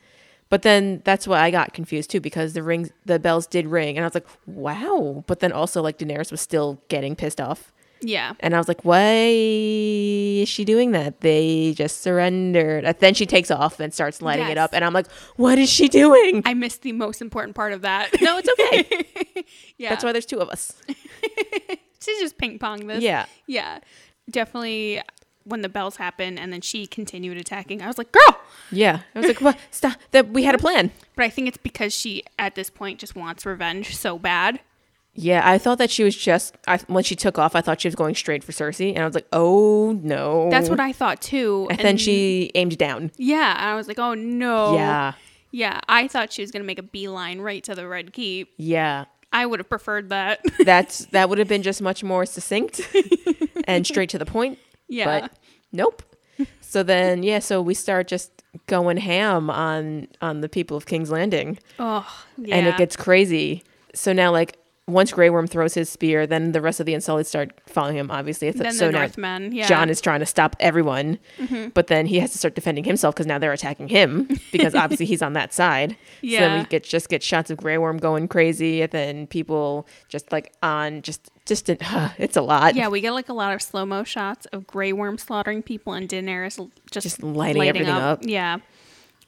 S2: But then that's why I got confused too because the rings the bells did ring and I was like wow, but then also like Daenerys was still getting pissed off.
S1: yeah.
S2: And I was like, why is she doing that? They just surrendered. And then she takes off and starts lighting it
S1: Yes.
S2: up. And I'm like, what is she doing?
S1: I missed the most important part of that.
S2: no, it's okay.
S1: *laughs* yeah.
S2: That's why there's two of us.
S1: She's just ping pong this.
S2: Yeah.
S1: Yeah. Definitely when the bells happen and then she continued attacking, I was like, girl.
S2: Yeah. I was like, what? Stop. That we had a plan.
S1: But I think it's because she at this point just wants revenge so bad.
S2: Yeah. I thought that she was just, I, when she took off, I thought she was going straight for Cersei. And I was like, oh no.
S1: That's what I thought too.
S2: And then she aimed down.
S1: Yeah. And I was like, oh no.
S2: Yeah.
S1: Yeah. I thought she was gonna make a beeline right to the red keep.
S2: Yeah.
S1: I would have preferred that. *laughs*
S2: That's, that would have been just much more *laughs* succinct and straight to the point.
S1: yeah.
S2: But nope. So then, yeah, so we start just going ham on on the people of King's Landing,
S1: oh yeah.
S2: and it gets crazy. So now, like once Grey Worm throws his spear, then the rest of the Unsullied start following him. Obviously, it's
S1: then
S2: so
S1: the
S2: now
S1: Northmen. Yeah. Mm-hmm.
S2: John is trying to stop everyone, but then he has to start defending himself because now they're
S1: *laughs*
S2: attacking him because obviously he's on that side. So then
S1: Yeah.
S2: we get just get shots of Grey Worm going crazy, and then people just like on just just in, *sighs* it's a lot.
S1: Yeah, we get like a lot of slow mo shots of Grey Worm slaughtering people and Daenerys l- just,
S2: Just lighting everything up.
S1: Yeah.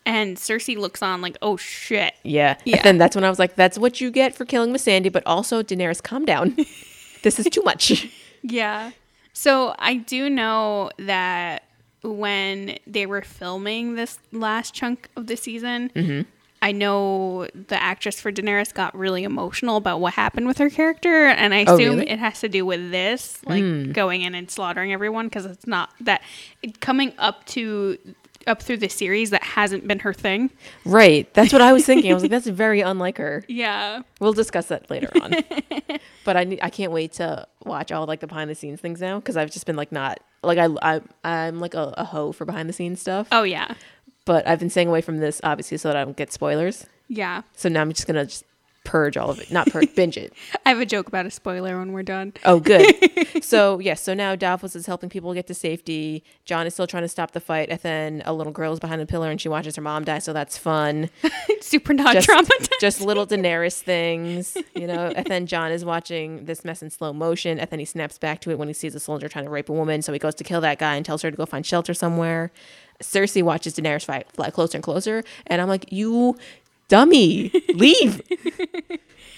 S1: And Cersei looks on like, oh shit.
S2: Yeah.
S1: Yeah.
S2: And then that's when I was like, that's what you get for killing Miss Sandy, but also Daenerys,
S1: *laughs*
S2: calm down. this is too much. *laughs*
S1: Yeah. So I do know that when they were filming this last chunk of the season,
S2: Mm-hmm.
S1: I know the actress for Daenerys got really emotional about what happened with her character, and I
S2: Oh,
S1: assume
S2: really? Hmm.
S1: it has to do with this, like going in and slaughtering everyone, because it's not that it, coming up to up through the series that hasn't been her thing.
S2: right. That's what I was thinking. I was like, that's very unlike her.
S1: Yeah.
S2: We'll discuss that later on. but I need, I can't wait to watch all like the behind the scenes things now because I've just been like not like I, I I'm like a, a hoe for behind the scenes stuff.
S1: Oh yeah.
S2: But I've been staying away from this obviously so that I don't get spoilers.
S1: Yeah.
S2: So now I'm just gonna just purge all of it, not purge, binge it.
S1: I have a joke about a spoiler when we're done.
S2: Oh, good. so yes, so now Davos is helping people get to safety. John is still trying to stop the fight, and then a little girl is behind a pillar and she watches her mom die, so that's fun.
S1: Super not
S2: Just,
S1: traumatized.
S2: just little Daenerys things, you know. And then John is watching this mess in slow motion, and then he snaps back to it when he sees a soldier trying to rape a woman, so he goes to kill that guy and tells her to go find shelter somewhere. Cersei watches Daenerys fight, fly closer and closer, and I'm like, you dummy,
S1: *laughs*
S2: leave.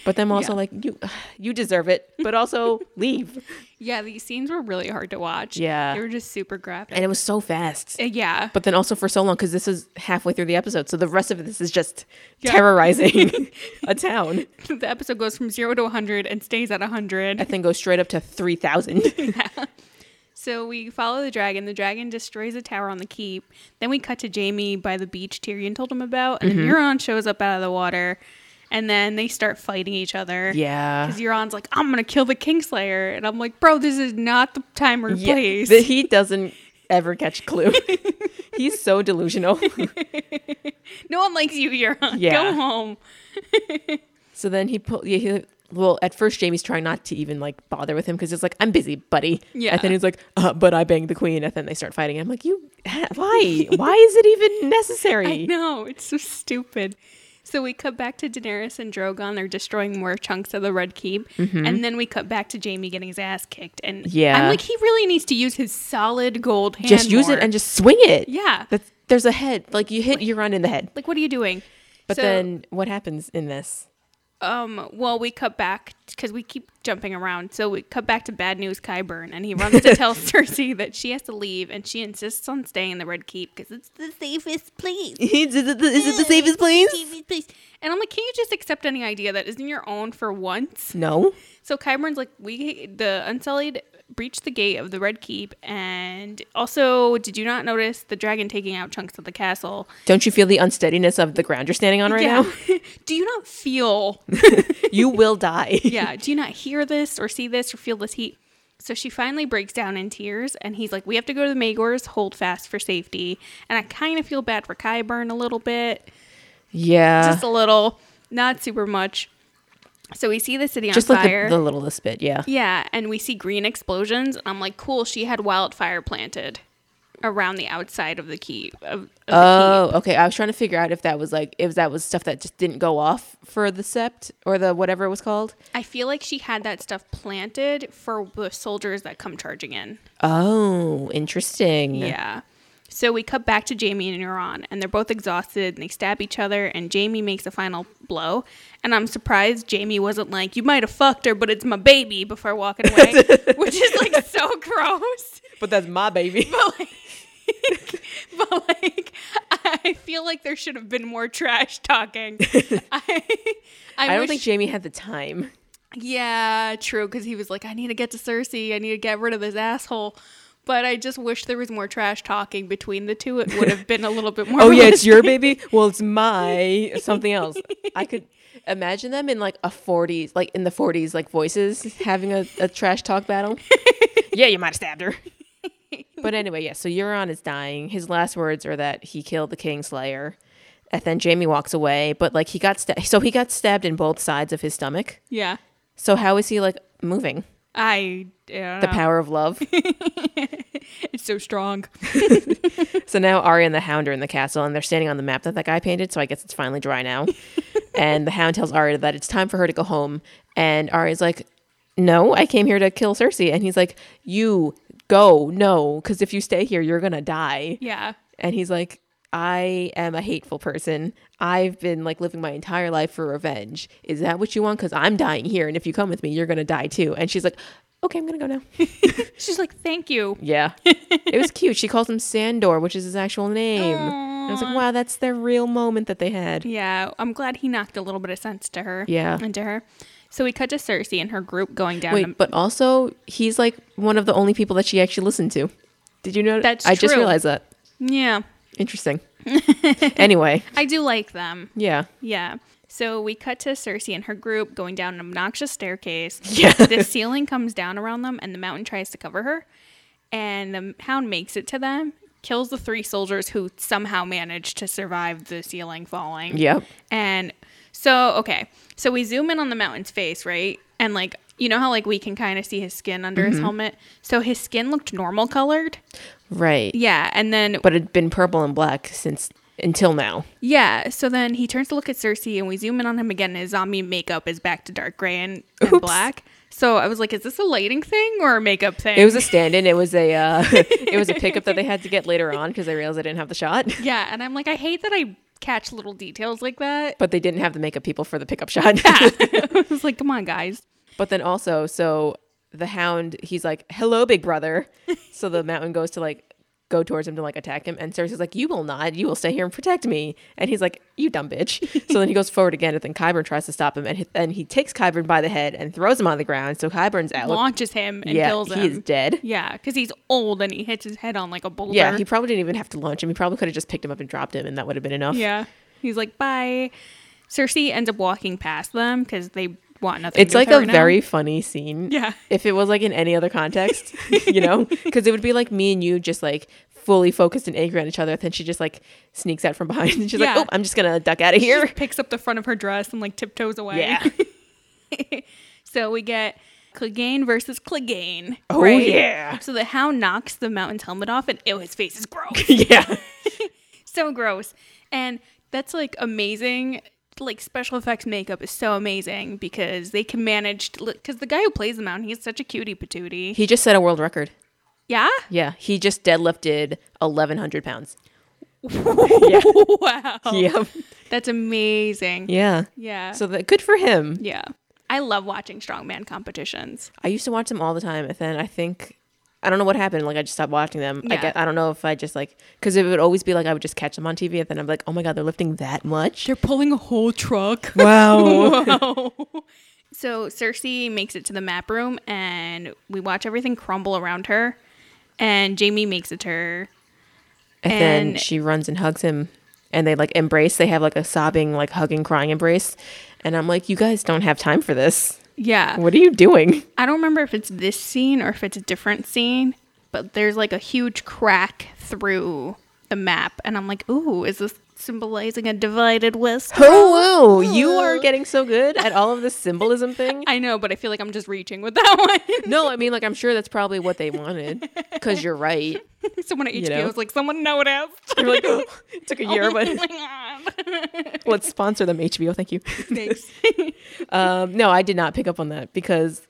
S2: but then I'm also
S1: Yeah.
S2: like, you, *sighs* you deserve it,
S1: *laughs*
S2: but also leave.
S1: Yeah, these scenes were really hard to watch.
S2: Yeah.
S1: They were just super graphic.
S2: and it was so fast.
S1: Uh, yeah. *laughs*
S2: But then also for so long because this is halfway through the episode, so the rest of this is just
S1: Yeah.
S2: terrorizing
S1: *laughs*
S2: a town.
S1: the episode goes from 0 to 100 and stays at 100.
S2: That thing goes straight up to three thousand.
S1: So we follow the dragon. The dragon destroys a tower on the keep. Then we cut to Jamie by the beach Tyrion told him about, and
S2: Mm-hmm.
S1: Euron shows up out of the water, and then they start fighting each other.
S2: Yeah.
S1: Because Euron's like, I'm gonna kill the Kingslayer, and I'm like, bro, this is not the time or
S2: *laughs* Yeah,
S1: place.
S2: but he doesn't ever catch clue. He's so delusional.
S1: *laughs*
S2: *laughs*
S1: no one likes you, Euron.
S2: Yeah.
S1: Go home.
S2: so then he pull. Yeah, he, well, at first Jamie's trying not to even like bother with him because it's like I'm busy, buddy.
S1: Yeah.
S2: And then he's like, uh, but I banged the queen. And then they start fighting. I'm like, you why? why is it even
S1: *laughs* I
S2: necessary?
S1: know it's so stupid. So we cut back to Daenerys and Drogon. They're destroying more chunks of the Red Keep, and then we cut back to Jamie getting his ass kicked. And
S2: Mm-hmm. Yeah.
S1: I'm like, he really needs to use his solid gold hand.
S2: Just use it
S1: more.
S2: and just swing it.
S1: yeah.
S2: That's, there's a head. Like you hit Euron in the head.
S1: like, what are you doing?
S2: But
S1: So,
S2: then what happens in this?
S1: um, well, we cut back because we keep jumping around. So we cut back to bad news, Kyburn, and he runs to
S2: *laughs*
S1: tell Cersei that she has to leave, and she insists on staying in the Red Keep because it's the safest place.
S2: *laughs* is, it the, is it the safest place?
S1: And I'm like, can you just accept any idea that isn't your own for once?
S2: No.
S1: So Kyburn's like, we the Unsullied breached the gate of the Red Keep, and also, did you not notice the dragon taking out chunks of the castle?
S2: Don't you feel the unsteadiness of the ground you're standing on right now?
S1: *laughs* do you not feel?
S2: You will die.
S1: *laughs* yeah. Do you not hear this or see this or feel this heat? So she finally breaks down in tears, and he's like, "We have to go to the Magors. Hold fast for safety." And I kind of feel bad for Kyburn a little bit,
S2: Yeah.
S1: just a little, not super much. So we see the city on
S2: Just like
S1: fire.
S2: the, the littlest bit, yeah.
S1: Yeah, and we see green explosions. And I'm like, cool. She had wildfire planted around the outside of the keep. Of, of the
S2: Oh, okay. I was trying to figure out if that was like if that was stuff that just didn't go off for the sept or the whatever it was called.
S1: keep. I feel like she had that stuff planted for the soldiers that come charging in.
S2: Oh, interesting.
S1: Yeah. So we cut back to Jamie and Euron, and they're both exhausted and they stab each other. And Jamie makes a final blow. And I'm surprised Jamie wasn't like, You might have fucked her, but it's my baby before walking away, which is like so *laughs* gross.
S2: But that's my *laughs* baby.
S1: but like, *laughs* but like, I feel like there should have been more trash
S2: *laughs*
S1: talking. I, I,
S2: I don't
S1: wish,
S2: think Jamie had the time.
S1: yeah, true, because he was like, I need to get to Cersei. I need to get rid of this asshole. But I just wish there was more trash talking between the two. It would have been a little
S2: *laughs*
S1: bit more.
S2: Oh yeah, it's your baby. Well, it's my something else. I could imagine them in like a 40s, like in the 40s, like voices having a, a trash talk battle. *laughs* yeah, you might have stabbed her. But anyway, yeah. So Euron is dying. His last words are that he killed the Kingslayer, and then Jamie walks away. But like he got sta- so he got stabbed in both sides of his stomach.
S1: yeah.
S2: So how is he like moving?
S1: I, I don't
S2: The
S1: know.
S2: power of love.
S1: it's so strong.
S2: So now Arya and the Hound are in the castle, and they're standing on the map that that guy painted. So I guess it's finally dry now. and the Hound tells Arya that it's time for her to go home. And Arya's like, "No, I came here to kill Cersei." And he's like, "You go, no, because if you stay here, you're gonna die."
S1: Yeah.
S2: And he's like, "I am a hateful person. I've been like living my entire life for revenge. Is that what you want? Because I'm dying here, and if you come with me, you're gonna die too." And she's like, "Okay, I'm gonna go now."
S1: She's like, Thank you. *laughs*
S2: Yeah. it was cute. She calls him Sandor, which is his actual name. And I was like, wow, that's their real moment that they had.
S1: Yeah. I'm glad he knocked a little bit of sense to her.
S2: Yeah.
S1: And to her. So we cut to Cersei and her group going down to
S2: Wait, but also, he's like one of the only people that she actually listened to. Did you know?
S1: That's
S2: I just
S1: true.
S2: realized that.
S1: Yeah.
S2: Interesting.
S1: *laughs*
S2: anyway,
S1: I do like them.
S2: yeah.
S1: Yeah. So we cut to Cersei and her group going down an obnoxious staircase.
S2: Yeah.
S1: the ceiling comes down around them, and the mountain tries to cover her. And the hound makes it to them, kills the three soldiers who somehow managed to survive the ceiling falling.
S2: Yep.
S1: And so, okay. So we zoom in on the mountain's face, right? And like, you know how like we can kind of see his skin under his helmet? So his skin looked normal colored.
S2: Right.
S1: Yeah. And then
S2: But it'd been purple and black since until now.
S1: Yeah. So then he turns to look at Cersei, and we zoom in on him again. And his zombie makeup is back to dark gray and, and
S2: Oops.
S1: black. So I was like, "Is this a lighting thing or a makeup thing?"
S2: It was a stand-in. It was a uh, *laughs* it was a pickup that they had to get later on because they realized I didn't have the shot.
S1: yeah, and I'm like, I hate that I catch little details like that. *laughs*
S2: But they didn't have the makeup people for the pickup shot.
S1: I was like, "Come on, guys."
S2: But
S1: *laughs*
S2: then also, so the hound, he's like, "Hello, big brother." so the mountain goes to like go towards him to like attack him. And Cersei's like, You will not. You will stay here and protect me. And he's like, You dumb
S1: *laughs*
S2: bitch. so then he goes forward again. And then Kyburn tries to stop him. And he, and he takes Kyburn by the head and throws him on the ground. So Kyburn's out.
S1: launches him and
S2: yeah,
S1: kills him.
S2: he is dead.
S1: Yeah, because he's old and he hits his head on like a boulder.
S2: Yeah, he probably didn't even have to launch him. He probably could have just picked him up and dropped him, and that would have been
S1: *laughs*
S2: enough.
S1: yeah. He's like, bye. Cersei ends up walking past them because they want nothing.
S2: It's
S1: with
S2: like
S1: her
S2: a
S1: now.
S2: very funny scene.
S1: Yeah.
S2: If it was like in any other *laughs* context, you know, because it would be like me and you just like fully focused and angry on each other. Then she just like sneaks out from behind and she's like,
S1: Yeah.
S2: oh, I'm just going to duck out of
S1: She
S2: here. *laughs*
S1: just picks up the front of her dress and like tiptoes away.
S2: Yeah.
S1: *laughs* so we get Clegane versus Clegane.
S2: Oh, yeah.
S1: So the hound knocks the mountain's helmet off and ew, his face is gross. *laughs*
S2: yeah.
S1: so gross. And that's like amazing. Like special effects makeup is so amazing because they can manage because the guy who plays the mountain, he's such a cutie patootie.
S2: He just set a world record. *laughs*
S1: Yeah.
S2: Yeah. He just deadlifted 1,100 pounds.
S1: wow.
S2: Yeah.
S1: That's amazing.
S2: Yeah.
S1: Yeah.
S2: So that, good for him.
S1: yeah. I love watching strongman competitions.
S2: I used to watch them all the time, and then I think I don't know what happened. Like I just stopped watching them. I
S1: Yeah.
S2: guess, I don't know if I just like because it would always be like I would just catch them on TV, and then I'm like, oh my god, they're lifting that much.
S1: They're pulling a whole truck.
S2: *laughs* Wow.
S1: Wow. *laughs* so Cersei makes it to the map room and we watch everything crumble around her. And Jamie makes it to her.
S2: and then
S1: And-
S2: she runs and hugs him, and they like embrace. They have like a sobbing, like hugging, crying embrace. And I'm like, you guys don't have time for this.
S1: Yeah.
S2: What are you *laughs* doing?
S1: I don't remember if it's this scene or if it's a different scene, but there's like a huge crack through the map. And I'm like, ooh, is this symbolizing a divided *laughs* west?
S2: *laughs* Oh, whoa, you are getting so good at all of this *laughs* symbolism thing.
S1: I know, but I feel like I'm just reaching with that *laughs* one.
S2: No, I mean, like, I'm sure that's probably what they wanted because you're right.
S1: someone at HBO
S2: know?
S1: was like, someone noticed.
S2: *laughs*
S1: *laughs*
S2: You're like, oh, *gasps* it took a year, but
S1: Oh my God.
S2: let's sponsor them, HBO. *laughs* Thank
S1: *laughs*
S2: you.
S1: Thanks.
S2: um, no, I did not pick up on that because,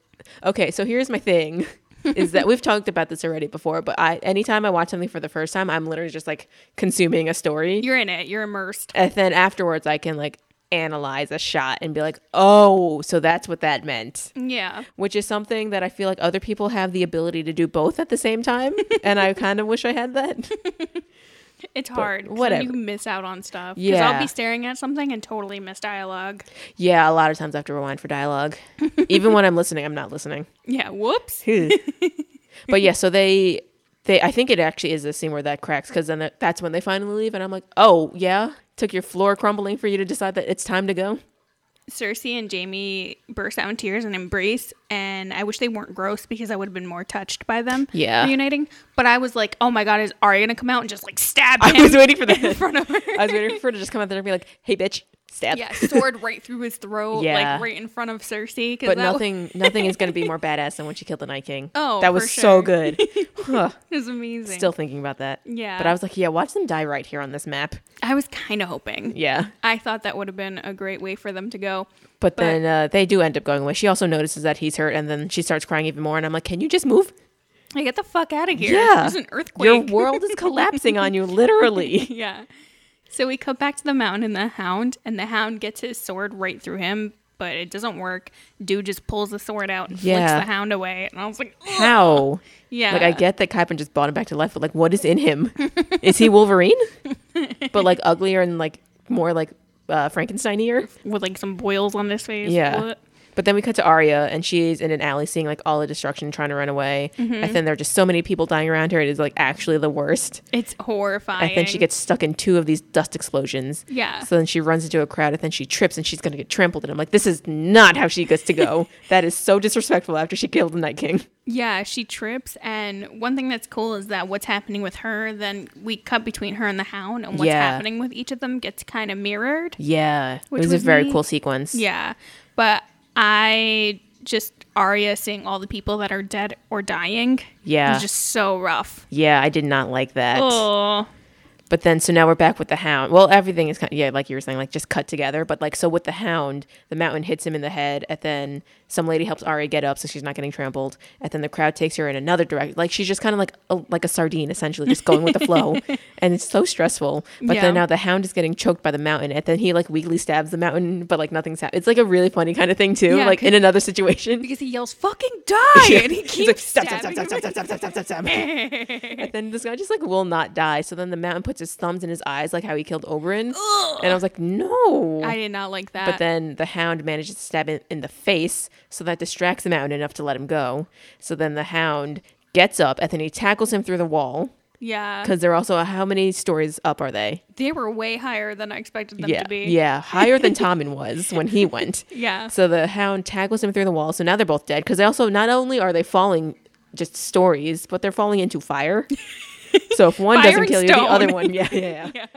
S2: okay, so here's my thing *laughs* is that we've talked about this already before, but I, anytime I watch something for the first time, I'm literally just like consuming a story.
S1: *laughs* You're in it. You're immersed.
S2: and then afterwards, I can like analyze a shot and be like, oh, so that's what that meant,
S1: Yeah.
S2: which is something that I feel like other people have the ability to do both at the same time. and I kind of wish I had that.
S1: It's hard. 'cause then
S2: whatever.
S1: You miss out on stuff. Because
S2: Yeah.
S1: I'll be staring at something and totally miss dialogue.
S2: Yeah, a lot of times I have to rewind for dialogue. Even when I'm listening, I'm not listening.
S1: Yeah. Whoops.
S2: *laughs* but yeah, so they they I think it actually is a scene where that cracks because then that- that's when they finally leave, and I'm like, oh yeah, took your floor crumbling for you to decide that it's time to go. *laughs*
S1: Cersei and Jamie burst out in tears and embrace. And I wish they weren't gross because I would have been more touched by them
S2: Yeah.
S1: reuniting. But I was like, oh my God, is Arya going to come out and just like stab him
S2: I was waiting for
S1: *laughs* in
S2: that.
S1: front of her?
S2: I was waiting for her to just come out there and be like, hey bitch, stab.
S1: yeah. Sword right through his throat,
S2: Yeah.
S1: like right in front of Cersei. 'cause
S2: But
S1: that
S2: nothing, nothing is gonna be more badass than when she killed the Night King.
S1: Oh,
S2: that
S1: for
S2: was so
S1: sure.
S2: good.
S1: *laughs*
S2: Huh,
S1: *laughs* was amazing.
S2: Still thinking about that.
S1: Yeah.
S2: But I was like, yeah, watch them die right here on this map.
S1: I was kind of hoping.
S2: Yeah.
S1: I thought that would have been a great way for them to go.
S2: But, then uh, they do end up going away. She also notices that he's hurt, and then she starts crying even more. And I'm like, "Can you just move?
S1: Like, get the fuck out of here. There's an earthquake.
S2: Your world is collapsing on you,
S1: *laughs*
S2: literally."
S1: yeah. So we come back to the mountain and the hound, and the hound gets his sword right through him, but it doesn't work. Dude just pulls the sword out and
S2: Yeah.
S1: flicks the hound away. And I was like, "Ugh."
S2: How?
S1: yeah.
S2: Like I get that Kypern just brought him back to life, but like, what is in him? is
S1: *laughs*
S2: he Wolverine? but like uglier and like more like uh, Frankensteinier.
S1: With like some boils on his face.
S2: Yeah.
S1: What?
S2: But then we cut to Arya, and she's in an alley, seeing like all the destruction, trying to run away.
S1: Mm-hmm.
S2: And then there are just so many people dying around her. It is like actually the worst.
S1: It's horrifying.
S2: And then she gets stuck in two of these dust explosions.
S1: Yeah.
S2: So then she runs into a crowd and then she trips and she's going to get trampled. And I'm like, this is not how she gets
S1: *laughs*
S2: to go. that is so disrespectful after she killed the Night King.
S1: Yeah, she trips. And one thing that's cool is that what's happening with her, then we cut between her and the hound, and what's
S2: Yeah.
S1: happening with each of them gets kind of mirrored.
S2: Yeah.
S1: Which
S2: it was,
S1: was
S2: a very
S1: neat.
S2: cool sequence.
S1: Yeah, but I just Arya seeing all the people that are dead or dying.
S2: Yeah.
S1: was just so rough.
S2: Yeah, I did not like that.
S1: Oh,
S2: But then, so now we're back with the hound. Well, everything is kind of, yeah, like you were saying, like just cut together. But like, so with the hound, the mountain hits him in the head, and then some lady helps Ari get up so she's not getting trampled. And then the crowd takes her in another direction. Like she's just kind of like a, like a sardine, essentially, just going with
S1: *laughs*
S2: the flow. and it's so stressful. But
S1: Yeah.
S2: then now the hound is getting choked by the mountain, and then he like weakly stabs the mountain, but like nothing's happened. It's like a really funny kind of thing too,
S1: Yeah,
S2: like in
S1: 'cause-
S2: another situation.
S1: because he yells "fucking die"
S2: *laughs*
S1: and he
S2: He's
S1: keeps
S2: like, "Stab, stab,
S1: stabbing
S2: stab,
S1: him.
S2: stab, stab, stab, stab, stab, stab." And then this guy just like will not die. So then the mountain puts his thumbs in his eyes, like how he killed Oberyn. And I was like, no.
S1: I did not like that.
S2: but then the hound manages to stab him in the face, so that distracts the mountain enough to let him go. So then the hound gets up, and then he tackles him through the wall.
S1: yeah,
S2: Because they're also how many stories up are they?
S1: they were way higher than I expected them
S2: yeah,
S1: to be.
S2: yeah, higher
S1: *laughs*
S2: than Tommen was when he went.
S1: Yeah.
S2: So the hound tackles him through the wall. So now they're both dead because they also not only are they falling just stories, but they're falling
S1: *laughs*
S2: into fire. so if one
S1: Fire
S2: doesn't
S1: and
S2: kill you, the other
S1: stone.
S2: one, yeah,
S1: *laughs*
S2: yeah, yeah.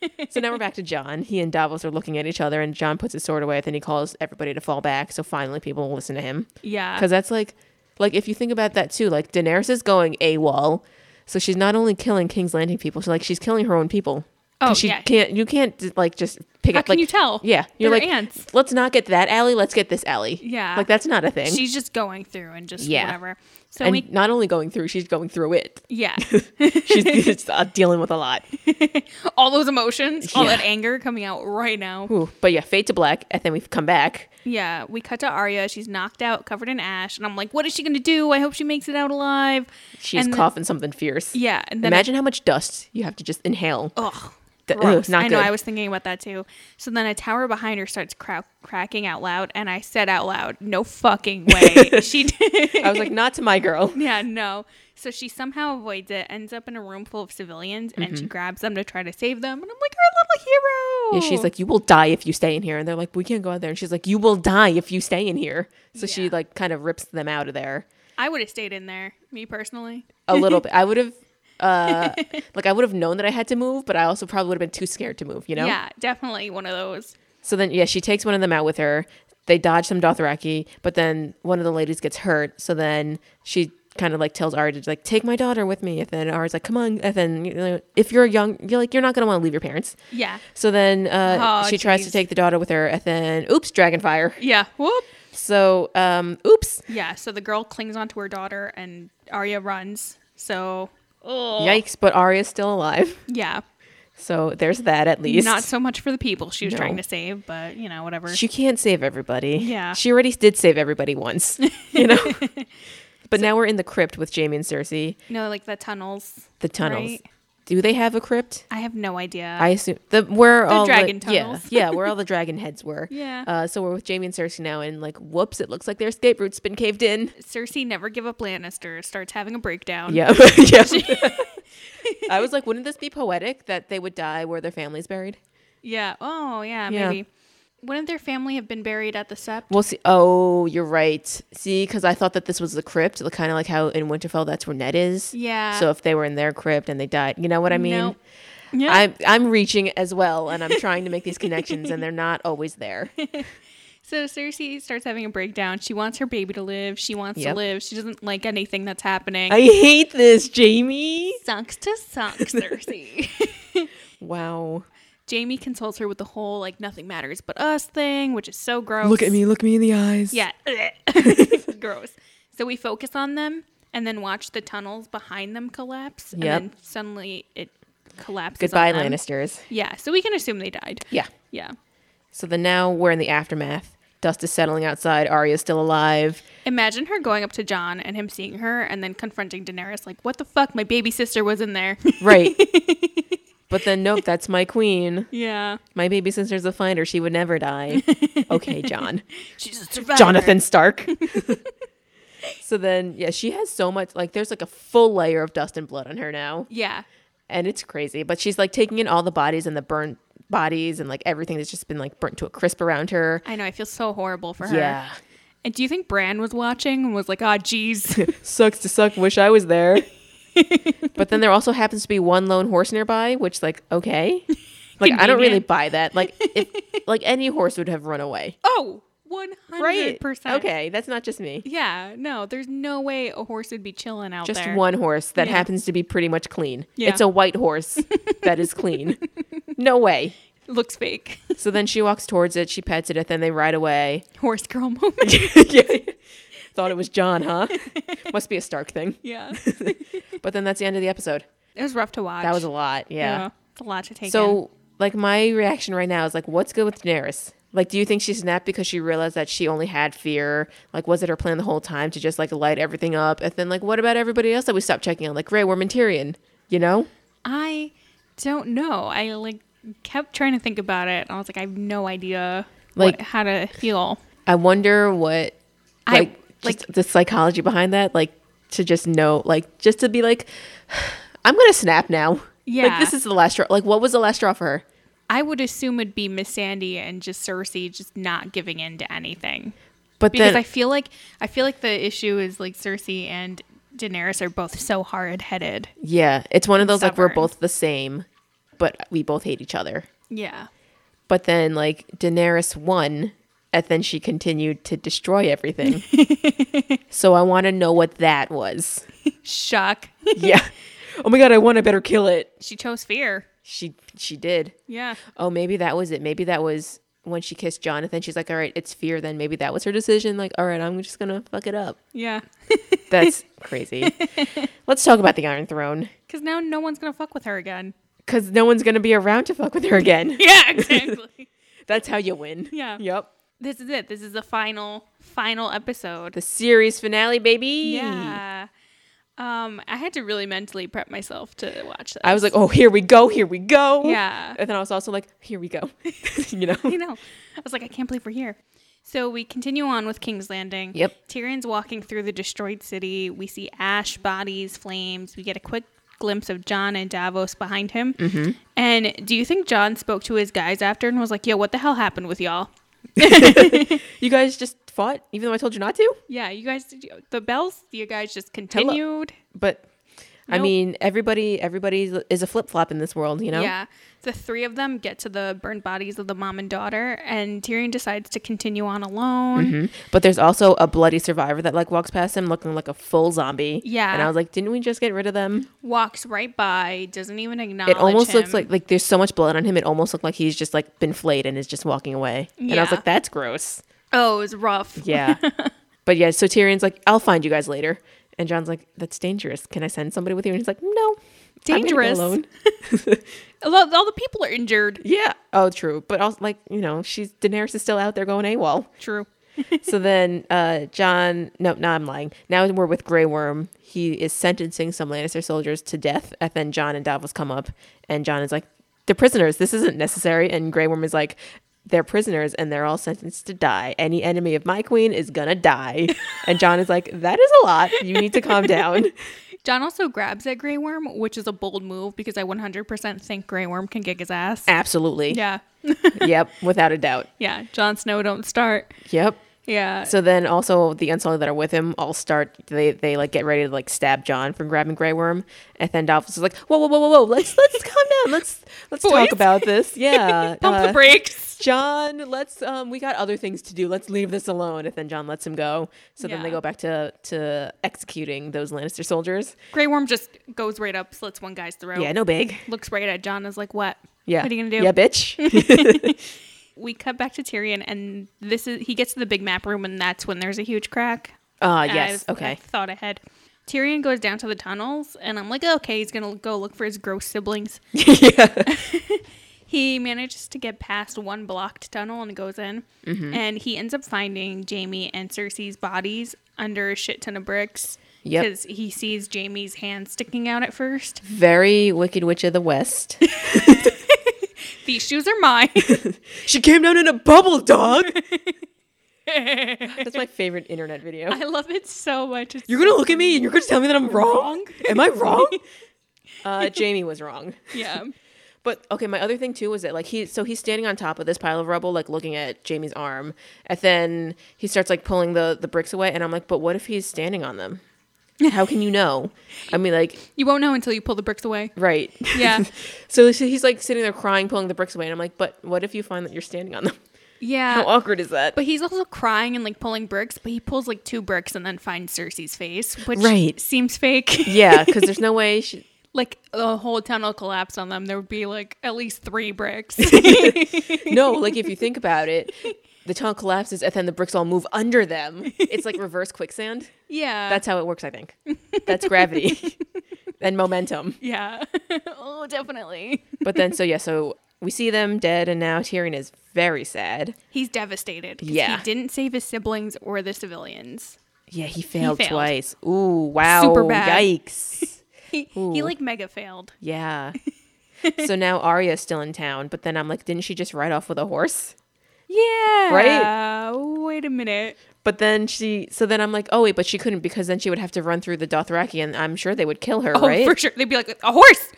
S2: *laughs* so now we're back to John. He and Davos are looking at each other, and John puts his sword away. Then he calls everybody to fall back. So finally, people will listen to him
S1: yeah,
S2: because that's like, like if you think about that too, like Daenerys is going AWOL. So she's not only killing King's Landing people, she's like she's killing her own people. 'Cause
S1: Oh,
S2: she
S1: yeah.
S2: can't you can't like just pick
S1: How
S2: up
S1: can
S2: like
S1: you tell?
S2: yeah, you're
S1: They're
S2: like
S1: ants.
S2: Let's not get that alley. Let's get this alley.
S1: Yeah.
S2: like that's not a thing.
S1: she's just going through and just
S2: Yeah.
S1: whatever. So
S2: and
S1: we
S2: not only going through, she's going through it.
S1: yeah, *laughs*
S2: She's it's, uh, dealing with a lot.
S1: all those emotions, all
S2: Yeah.
S1: that anger coming out right now.
S2: Ooh, but yeah, fade to black, and then we've come back.
S1: Yeah, we cut to Arya. She's knocked out, covered in ash, and I'm like, "What is she gonna do? I hope she makes it out alive."
S2: She's
S1: And then-
S2: coughing something fierce.
S1: Yeah, and then
S2: Imagine how much dust you have to just inhale.
S1: Ugh.
S2: Th- ugh,
S1: gross.
S2: not
S1: I know.
S2: good.
S1: I was thinking about that too. So then a tower behind her starts cra- cracking out loud, and I said out loud, "No fucking
S2: *laughs*
S1: way!" she did.
S2: *laughs* I was like, not to my girl.
S1: *laughs* yeah, no. So she somehow avoids it, ends up in a room full of civilians,
S2: Mm-hmm.
S1: and she grabs them to try to save them. And I'm like, "You're a
S2: And
S1: little hero."
S2: she's like, you will die if you stay in here. And they're like, we can't go out there. And she's like, you will die if you stay in here. So she
S1: Yeah.
S2: like kind of rips them out of there.
S1: "I would have stayed in there, me personally." *laughs*
S2: a little bit. I would have, uh, like, I would have known that I had to move, but I also probably would have been too scared to move, you know?
S1: Yeah, definitely one of those.
S2: So then, yeah, she takes one of them out with her. They dodge some Dothraki, but then one of the ladies gets hurt. So then she kind of like tells Ari to like take my daughter with me. And then Ari's like, come on. And then you know, if you're young, you're like you're not gonna want to leave your parents.
S1: Yeah,
S2: So then uh,
S1: Oh,
S2: she tries to
S1: geez.
S2: take the daughter with her. And then oops, Dragonfire.
S1: yeah. Whoop.
S2: So um, oops,
S1: Yeah. So the girl clings onto her daughter, and Arya runs. So. Oh.
S2: yikes! But Arya's still alive. *laughs*
S1: Yeah.
S2: So there's that at least.
S1: Not so much for the people she was
S2: No.
S1: trying to save, but you know, whatever.
S2: She can't save everybody.
S1: Yeah.
S2: She already did save everybody once, *laughs* you know?
S1: *laughs*
S2: but now we're in the crypt with Jamie and Cersei,
S1: no, like the tunnels.
S2: the tunnels.
S1: Right.
S2: Do they have a crypt?
S1: I have no idea.
S2: I assume the where all
S1: dragon
S2: the, yeah,
S1: tunnels. *laughs*
S2: Yeah, where all the dragon heads were.
S1: Yeah.
S2: Uh, so we're with Jamie and Cersei now, and like, whoops! It looks like their escape route's been
S1: *laughs*
S2: caved in.
S1: Cersei never give up Lannister starts having a breakdown.
S2: Yeah, *laughs*
S1: *laughs*
S2: yeah. I was like, wouldn't this be poetic that they would die where their family's buried?
S1: Yeah. Oh, yeah,
S2: Yeah.
S1: maybe. Wouldn't their family have been buried at the Sept?
S2: We'll see. Oh, you're right. See, because I thought that this was the crypt, kind of like how in Winterfell that's where Ned is.
S1: Yeah.
S2: So if they were in their crypt and they died, you know what I mean?
S1: Nope. Yeah.
S2: *laughs* I'm I'm reaching as well, and I'm trying to make these connections, and they're not
S1: *laughs*
S2: always there.
S1: so Cersei starts having a breakdown. She wants her baby to live. She wants to
S2: Yep.
S1: live. She doesn't like anything that's happening.
S2: I hate this, Jamie.
S1: sucks to
S2: *laughs*
S1: suck, Cersei. *laughs*
S2: Wow.
S1: Jamie consoles her with the whole like nothing matters but us thing, which is so gross.
S2: Look at me. Look me in the eyes.
S1: Yeah. *laughs* Gross. So we focus on them and then watch the tunnels behind them collapse. And
S2: Yep.
S1: then suddenly it collapses.
S2: Goodbye,
S1: on them.
S2: Lannisters.
S1: Yeah. So we can assume they died.
S2: Yeah.
S1: Yeah.
S2: So then now we're in the aftermath. Dust is settling outside. Arya's still alive.
S1: Imagine her going up to John and him seeing her and then confronting Daenerys, like, what the fuck? My baby sister was in
S2: *laughs*
S1: there. *laughs*
S2: Right. but then nope, that's my queen.
S1: yeah.
S2: My baby sister's a finder. She would never die. okay, John.
S1: She's a survivor.
S2: Jonathan Stark. so then, yeah, she has so much. Like, there's like a full layer of dust and blood on her now.
S1: Yeah.
S2: And it's crazy. But she's like taking in all the bodies and the burnt bodies and like everything that's just been like burnt to a crisp around her.
S1: I know. I feel so horrible for her.
S2: Yeah.
S1: And do you think Bran was watching and was like, ah, geez.
S2: *laughs* Sucks to suck. Wish I was there. but then there also happens to be one lone horse nearby, which, like, okay. Like, I don't really
S1: Convenient.
S2: buy that. Like, if, like any horse would have run away.
S1: oh, One hundred
S2: Right.
S1: percent.
S2: Okay, that's not just me.
S1: Yeah. No, there's no way a horse would be chilling out
S2: Just
S1: there.
S2: one horse that
S1: Yeah.
S2: happens to be pretty much clean.
S1: Yeah.
S2: It's a white horse that is clean. No way.
S1: Looks *laughs* fake.
S2: So then she walks towards it, she pets it, then they ride away.
S1: Horse girl moment. *laughs*
S2: Yeah. Thought it was John, huh? Must be a Stark thing.
S1: yeah.
S2: But then that's the end of the episode.
S1: It was rough to watch.
S2: That was a lot. Yeah.
S1: It's a lot to take. in.
S2: So, like, my reaction right now is like, what's good with Daenerys? Like, do you think she snapped because she realized that she only had fear? Like, was it her plan the whole time to just like light everything up? And then, like, what about everybody else that we stopped checking on? Like, Grey Worm and Tyrion, you know?
S1: I don't know. I like kept trying to think about it. And I was like, I have no idea
S2: Like-
S1: what, how to feel.
S2: I wonder what,
S1: I-
S2: like, just the psychology behind that. Like, to just know, like, just to be like, *sighs* I'm gonna snap now. *laughs* Like,
S1: Yeah.
S2: this is the last straw. Like, what was the last straw for her?
S1: I would assume it'd be Miss Sandy and just Cersei just not giving in to anything.
S2: But
S1: Because
S2: then,
S1: I feel like I feel like the issue is like Cersei and Daenerys are both so hard headed.
S2: yeah, it's one of those like we're
S1: stubborn.
S2: both the same, but we both hate each other.
S1: Yeah.
S2: But then, like, Daenerys won, and then she continued to
S1: *laughs*
S2: destroy everything. so I want to know what that was. *laughs*
S1: *laughs* Shock.
S2: Yeah. Oh my god, I want to better kill it.
S1: she chose fear.
S2: She she did.
S1: Yeah.
S2: Oh, maybe that was it. Maybe that was when she kissed Jonathan. She's like, all right, it's fear. Then maybe that was her decision. Like, all right, I'm just gonna fuck it up.
S1: Yeah. *laughs*
S2: That's crazy. Let's talk about the Iron Throne
S1: Because now no one's gonna fuck with her again.
S2: because no one's gonna be around to fuck with
S1: *laughs*
S2: her *laughs* again.
S1: Yeah, exactly.
S2: That's how you win.
S1: Yeah.
S2: Yep.
S1: this is it. This is the final, final episode.
S2: The series finale, baby.
S1: Yeah. Um, I had to really mentally prep myself to watch that. *laughs*
S2: I was like, oh, here we go, here we go.
S1: Yeah.
S2: And then I was also like, here
S1: *laughs*
S2: we go. *laughs* you know?
S1: you know, I was like, I can't believe we're here. So we continue on with King's Landing.
S2: Yep.
S1: Tyrion's walking through the destroyed city. We see ash, bodies, flames. We get a quick glimpse of John and Davos behind him. Mm-hmm. And do you think John spoke to his guys after and was like, yo, what the hell happened with y'all?
S2: You guys just fought, even though I told you not to.
S1: Yeah, you guys, did you- the bells, you guys just continued.
S2: But I
S1: Nope.
S2: mean, everybody, everybody is a flip flop in this world, you know?
S1: Yeah. The three of them get to the burned bodies of the mom and daughter, and Tyrion decides to continue on alone.
S2: Mhm. But there's also a bloody survivor that like walks past him looking like a full zombie.
S1: Yeah.
S2: And I was like, didn't we just get rid of them?
S1: Walks right by, doesn't even acknowledge
S2: It almost looks
S1: him.
S2: like like there's so much blood on him. It almost looked like he's just like been flayed and is just walking away. And I was
S1: Yeah.
S2: like,
S1: *laughs*
S2: that's gross.
S1: oh, it was rough.
S2: Yeah. but yeah, so Tyrion's like, I'll find you guys later. And John's like, that's dangerous. Can I send somebody with you? And he's like, no. I'm gonna go
S1: Dangerous?
S2: alone.
S1: All, all the people are injured.
S2: Yeah. Oh, true. But also, like, you know, she's Daenerys is still out there going AWOL.
S1: True.
S2: so then uh John, no, no, I'm lying. Now we're with Grey Worm. He is sentencing some Lannister soldiers to death. And then John and Davos come up. And John is like, they're prisoners. This isn't necessary. And Grey Worm is like, they're prisoners and they're all sentenced to die. Any enemy of my queen is gonna die. and John is like, that is a lot. You need to calm down.
S1: John also grabs at Grey Worm, which is a bold move because I 100% think Grey Worm can kick his ass.
S2: Absolutely.
S1: Yeah. *laughs*
S2: yep. Without a doubt.
S1: yeah. Jon Snow, don't start.
S2: Yep.
S1: Yeah.
S2: So then also the Unsullied that are with him all start they they like get ready to like stab John from grabbing Grey Worm. And then Dolphus is like, Whoa, whoa, whoa, whoa, whoa, let's let's calm down. Let's let's
S1: Boys.
S2: talk about
S1: *laughs*
S2: this. Yeah.
S1: Pump
S2: uh,
S1: the brakes.
S2: John, let's um we got other things to do. Let's leave this alone. And then John lets him go. So then they
S1: Yeah.
S2: go back to to executing those Lannister soldiers.
S1: Grey Worm just goes right up, slits one guy's throat.
S2: Yeah, no big.
S1: Looks right at John, is like, what?
S2: Yeah.
S1: What are you going to do? *laughs*
S2: Yeah, bitch.
S1: we cut back to Tyrion, and this is he gets to the big map room, and that's when there's a huge crack.
S2: Ah,
S1: And I
S2: yes.
S1: was- I
S2: okay. *laughs*
S1: thought ahead. Tyrion goes down to the tunnels, and I'm like, okay, he's gonna go look for his gross siblings.
S2: yeah.
S1: He manages to get past one blocked tunnel and goes in,
S2: Mm-hmm.
S1: and he ends up finding Jamie and Cersei's bodies under a shit ton of bricks.
S2: Yep.
S1: Because he sees Jamie's hand sticking out at first.
S2: Very wicked witch of the west.
S1: *laughs* These shoes are
S2: *laughs*
S1: mine. *laughs*
S2: She came down in a bubble, dog. That's my favorite internet video.
S1: I love it so much. It's
S2: You're gonna look at me and you're gonna tell me that I'm wrong.
S1: Wrong?
S2: Am I wrong? *laughs* uh, Jamie was wrong.
S1: yeah.
S2: But okay, my other thing too was that like he so he's standing on top of this pile of rubble, like looking at Jamie's arm, and then he starts like pulling the the bricks away, and I'm like, but what if he's standing on them? How can you know? I mean, like,
S1: You won't know until you pull the bricks away.
S2: right?
S1: Yeah.
S2: *laughs* so he's like sitting there crying, pulling the bricks away, and I'm like, but what if you find that you're standing on them?
S1: Yeah.
S2: How awkward is that?
S1: But he's also crying and like pulling bricks, but he pulls like two bricks and then finds Cersei's face, which
S2: Right.
S1: seems
S2: *laughs*
S1: fake. *laughs*
S2: yeah, because there's no way she,
S1: like the whole town will collapse on them. There would be like at least three
S2: *laughs*
S1: bricks. *laughs*
S2: No, like if you think about it, the tunnel collapses and then the bricks all move under them. It's like reverse quicksand.
S1: yeah.
S2: That's how it works, I think. That's gravity *laughs* and momentum.
S1: yeah. *laughs* oh, definitely.
S2: But then, so yeah, so we see them dead, and now Tyrion is very sad.
S1: He's devastated. 'cause
S2: Yeah.
S1: He didn't save his siblings or the civilians.
S2: Yeah, he failed,
S1: failed.
S2: twice. Ooh, wow.
S1: Super bad. *laughs*
S2: Yikes.
S1: He, he like mega failed.
S2: Yeah. so now Arya's still in town, but then I'm like, didn't she just ride off with a horse?
S1: Yeah.
S2: Right?
S1: Wait a minute. *laughs*
S2: But then she, so then I'm like, oh wait, but she couldn't because then she would have to run through the Dothraki, and I'm sure they would kill her,
S1: Oh,
S2: right?
S1: for sure. They'd be like, a
S2: *laughs*
S1: horse.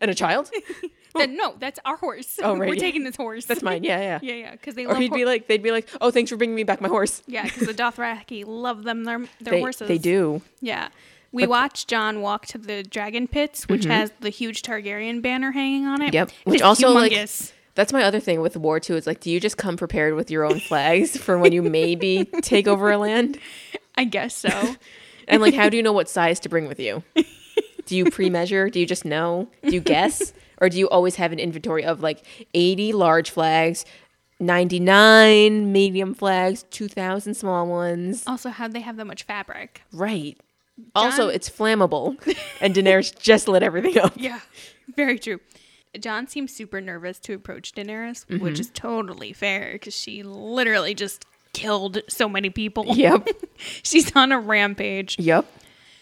S2: and a child?
S1: then, no, that's our horse.
S2: Oh, right,
S1: *laughs* We're
S2: yeah.
S1: taking this horse.
S2: That's *laughs* mine. Yeah, yeah.
S1: Yeah, yeah. Because they
S2: Or
S1: love
S2: he'd be
S1: hor-
S2: like, they'd be like, oh, thanks for bringing me back my horse.
S1: Yeah, because the Dothraki love them their their
S2: They,
S1: horses.
S2: they do.
S1: Yeah. We watched John walk to the dragon pits, which has the huge Targaryen banner hanging on it.
S2: Mm-hmm. Yep.
S1: It
S2: Which
S1: is
S2: also
S1: humongous.
S2: like that's my other thing with war too. It's like, do you just come prepared with your own flags for when you
S1: *laughs*
S2: maybe take over a land?
S1: I guess
S2: *laughs*
S1: so.
S2: And like, how do you know what size to bring
S1: *laughs*
S2: with you? Do you pre-measure? Do you just know? Do
S1: *laughs*
S2: you guess? Or do you always have an inventory of like 80 large flags, 99 medium flags, 2,000 small ones?
S1: also, how'd they have that much fabric?
S2: Right. Also,
S1: John- *laughs*
S2: it's flammable. And Daenerys just lit everything up.
S1: Yeah. *laughs* Very true. John seems super nervous to approach Daenerys,
S2: Mm-hmm.
S1: which is totally fair because she literally just killed so many people.
S2: Yep.
S1: *laughs* She's on a rampage.
S2: Yep.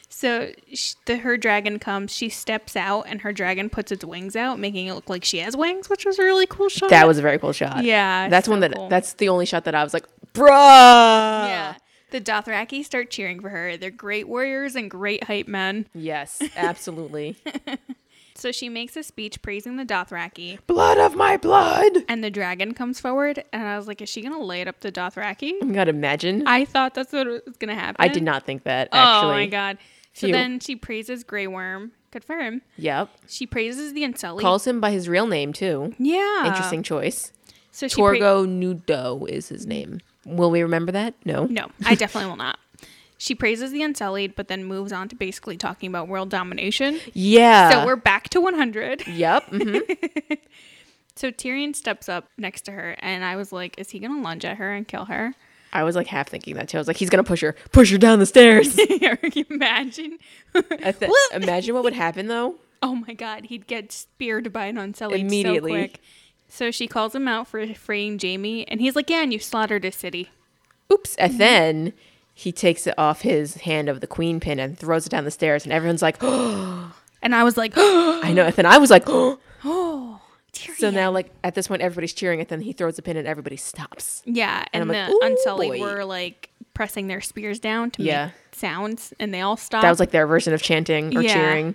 S1: So sh the, her dragon comes, she steps out, and her dragon puts its wings out, making it look like she has wings, which was a really cool shot.
S2: That was a very cool shot.
S1: Yeah,
S2: That's
S1: so
S2: one that
S1: cool.
S2: that's the only shot that I was like, bruh.
S1: Yeah.
S2: Yeah.
S1: The Dothraki start cheering for her. They're great warriors and great hype men. *laughs*
S2: Yes, absolutely.
S1: So she makes a speech praising the Dothraki,
S2: blood of my blood.
S1: and the dragon comes forward. And I was like, is she going to light up the Dothraki?
S2: You gotta imagine. I,
S1: I thought that's what was going to happen.
S2: did not think that
S1: Oh
S2: actually.
S1: my God. So
S2: Phew.
S1: then she praises Grey Worm. Good for him.
S2: Yep.
S1: She praises the Unsullied.
S2: Calls him by his real name too.
S1: yeah.
S2: Interesting choice.
S1: So she pra-
S2: Torgo Nudo is his name. Will we remember that? No.
S1: No, I definitely will not. She praises the Unsullied, but then moves on to basically talking about world domination.
S2: Yeah.
S1: so we're back to 100.
S2: Yep. mhm.
S1: So Tyrion steps up next to her, and I was like, is he going to lunge at her and kill her? *laughs*
S2: I was like half thinking that too. I was like, he's gonna push her, push her down
S1: *laughs*
S2: the stairs.
S1: Can you Imagine.
S2: I th- imagine what would happen though.
S1: *laughs* oh my God, he'd get speared by an Unsullied
S2: Immediately.
S1: so quick. So she calls him out for freeing Jamie, and he's like, yeah, and you slaughtered a city.
S2: oops and then he takes it off his hand of the queen pin and throws it down the stairs and everyone's like *gasps*
S1: And I was like, *gasps* oh,
S2: i know and then i was like *gasps*
S1: Tyrion.
S2: so now like at this point everybody's cheering and then he throws a pin and everybody stops
S1: yeah, and,
S2: I'm like,
S1: the
S2: "Ooh,
S1: Unsullied
S2: boy."
S1: were like pressing their spears down to
S2: Yeah.
S1: make sounds, and they all stopped.
S2: that was like their version of chanting or
S1: Yeah.
S2: cheering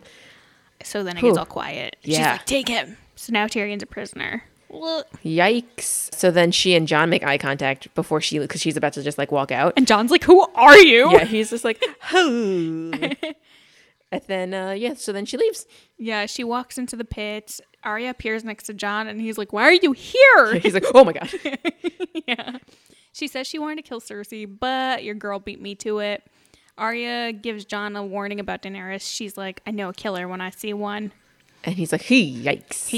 S1: So then it gets
S2: Whew.
S1: all quiet. She's
S2: Yeah.
S1: like, take him. So now Tyrion's a prisoner.
S2: yikes so then she and john make eye contact before she because she's about to just like walk out
S1: *laughs* And John's like, who are you?
S2: yeah he's just like "Hoo." and then uh yeah so then she leaves
S1: Yeah, she walks into the pits. Arya appears next to John and he's like, why are you *laughs* here?
S2: he's like oh my god
S1: yeah. She says she wanted to kill Cersei, but your girl beat me to it. Arya gives John a warning about Daenerys. She's like, I know a killer when I see one.
S2: and he's like he yikes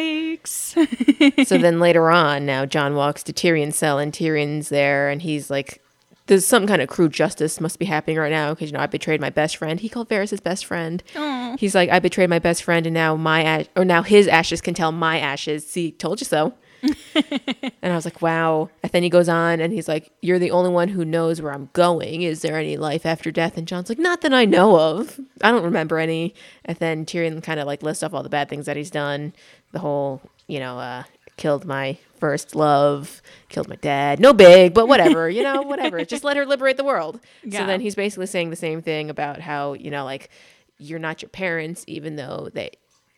S1: Yikes. *laughs*
S2: so then later on, now John walks to Tyrion's cell, and Tyrion's there, and he's like, "There's some kind of cruel justice must be happening right now because you know I betrayed my best friend." He called Varys his best friend.
S1: Aw.
S2: He's like, "I betrayed my best friend, and now my ash- or now his ashes can tell my ashes." See, told you so. and I was like, "Wow." And then he goes on, and he's like, "You're the only one who knows where I'm going. Is there any life after death?" And John's like, "Not that I know of. I don't remember any." And then Tyrion kind of like lists off all the bad things that he's done. The whole, you know, uh, killed my first love, killed my dad. No big, but whatever, you know, whatever. Just let her liberate the world.
S1: Yeah.
S2: So then he's basically saying the same thing about how, you know, like you're not your parents, even though they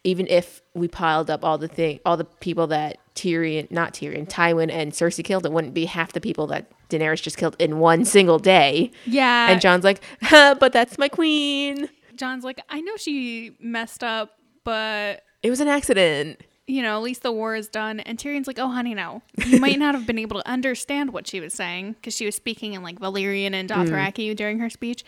S2: even if we piled up all the thing all the people that Tyrion not Tyrion, Tywin and Cersei killed, it wouldn't be half the people that Daenerys just killed in one single day.
S1: yeah.
S2: And John's like, "Huh, but that's my queen.
S1: John's like, I know she messed up, but
S2: It was an accident.
S1: you know, at least the war is done. And Tyrion's like, oh, honey, no. You might not have been able to understand what she was saying because she was speaking in like Valyrian and
S2: Mm.
S1: Dothraki during her speech,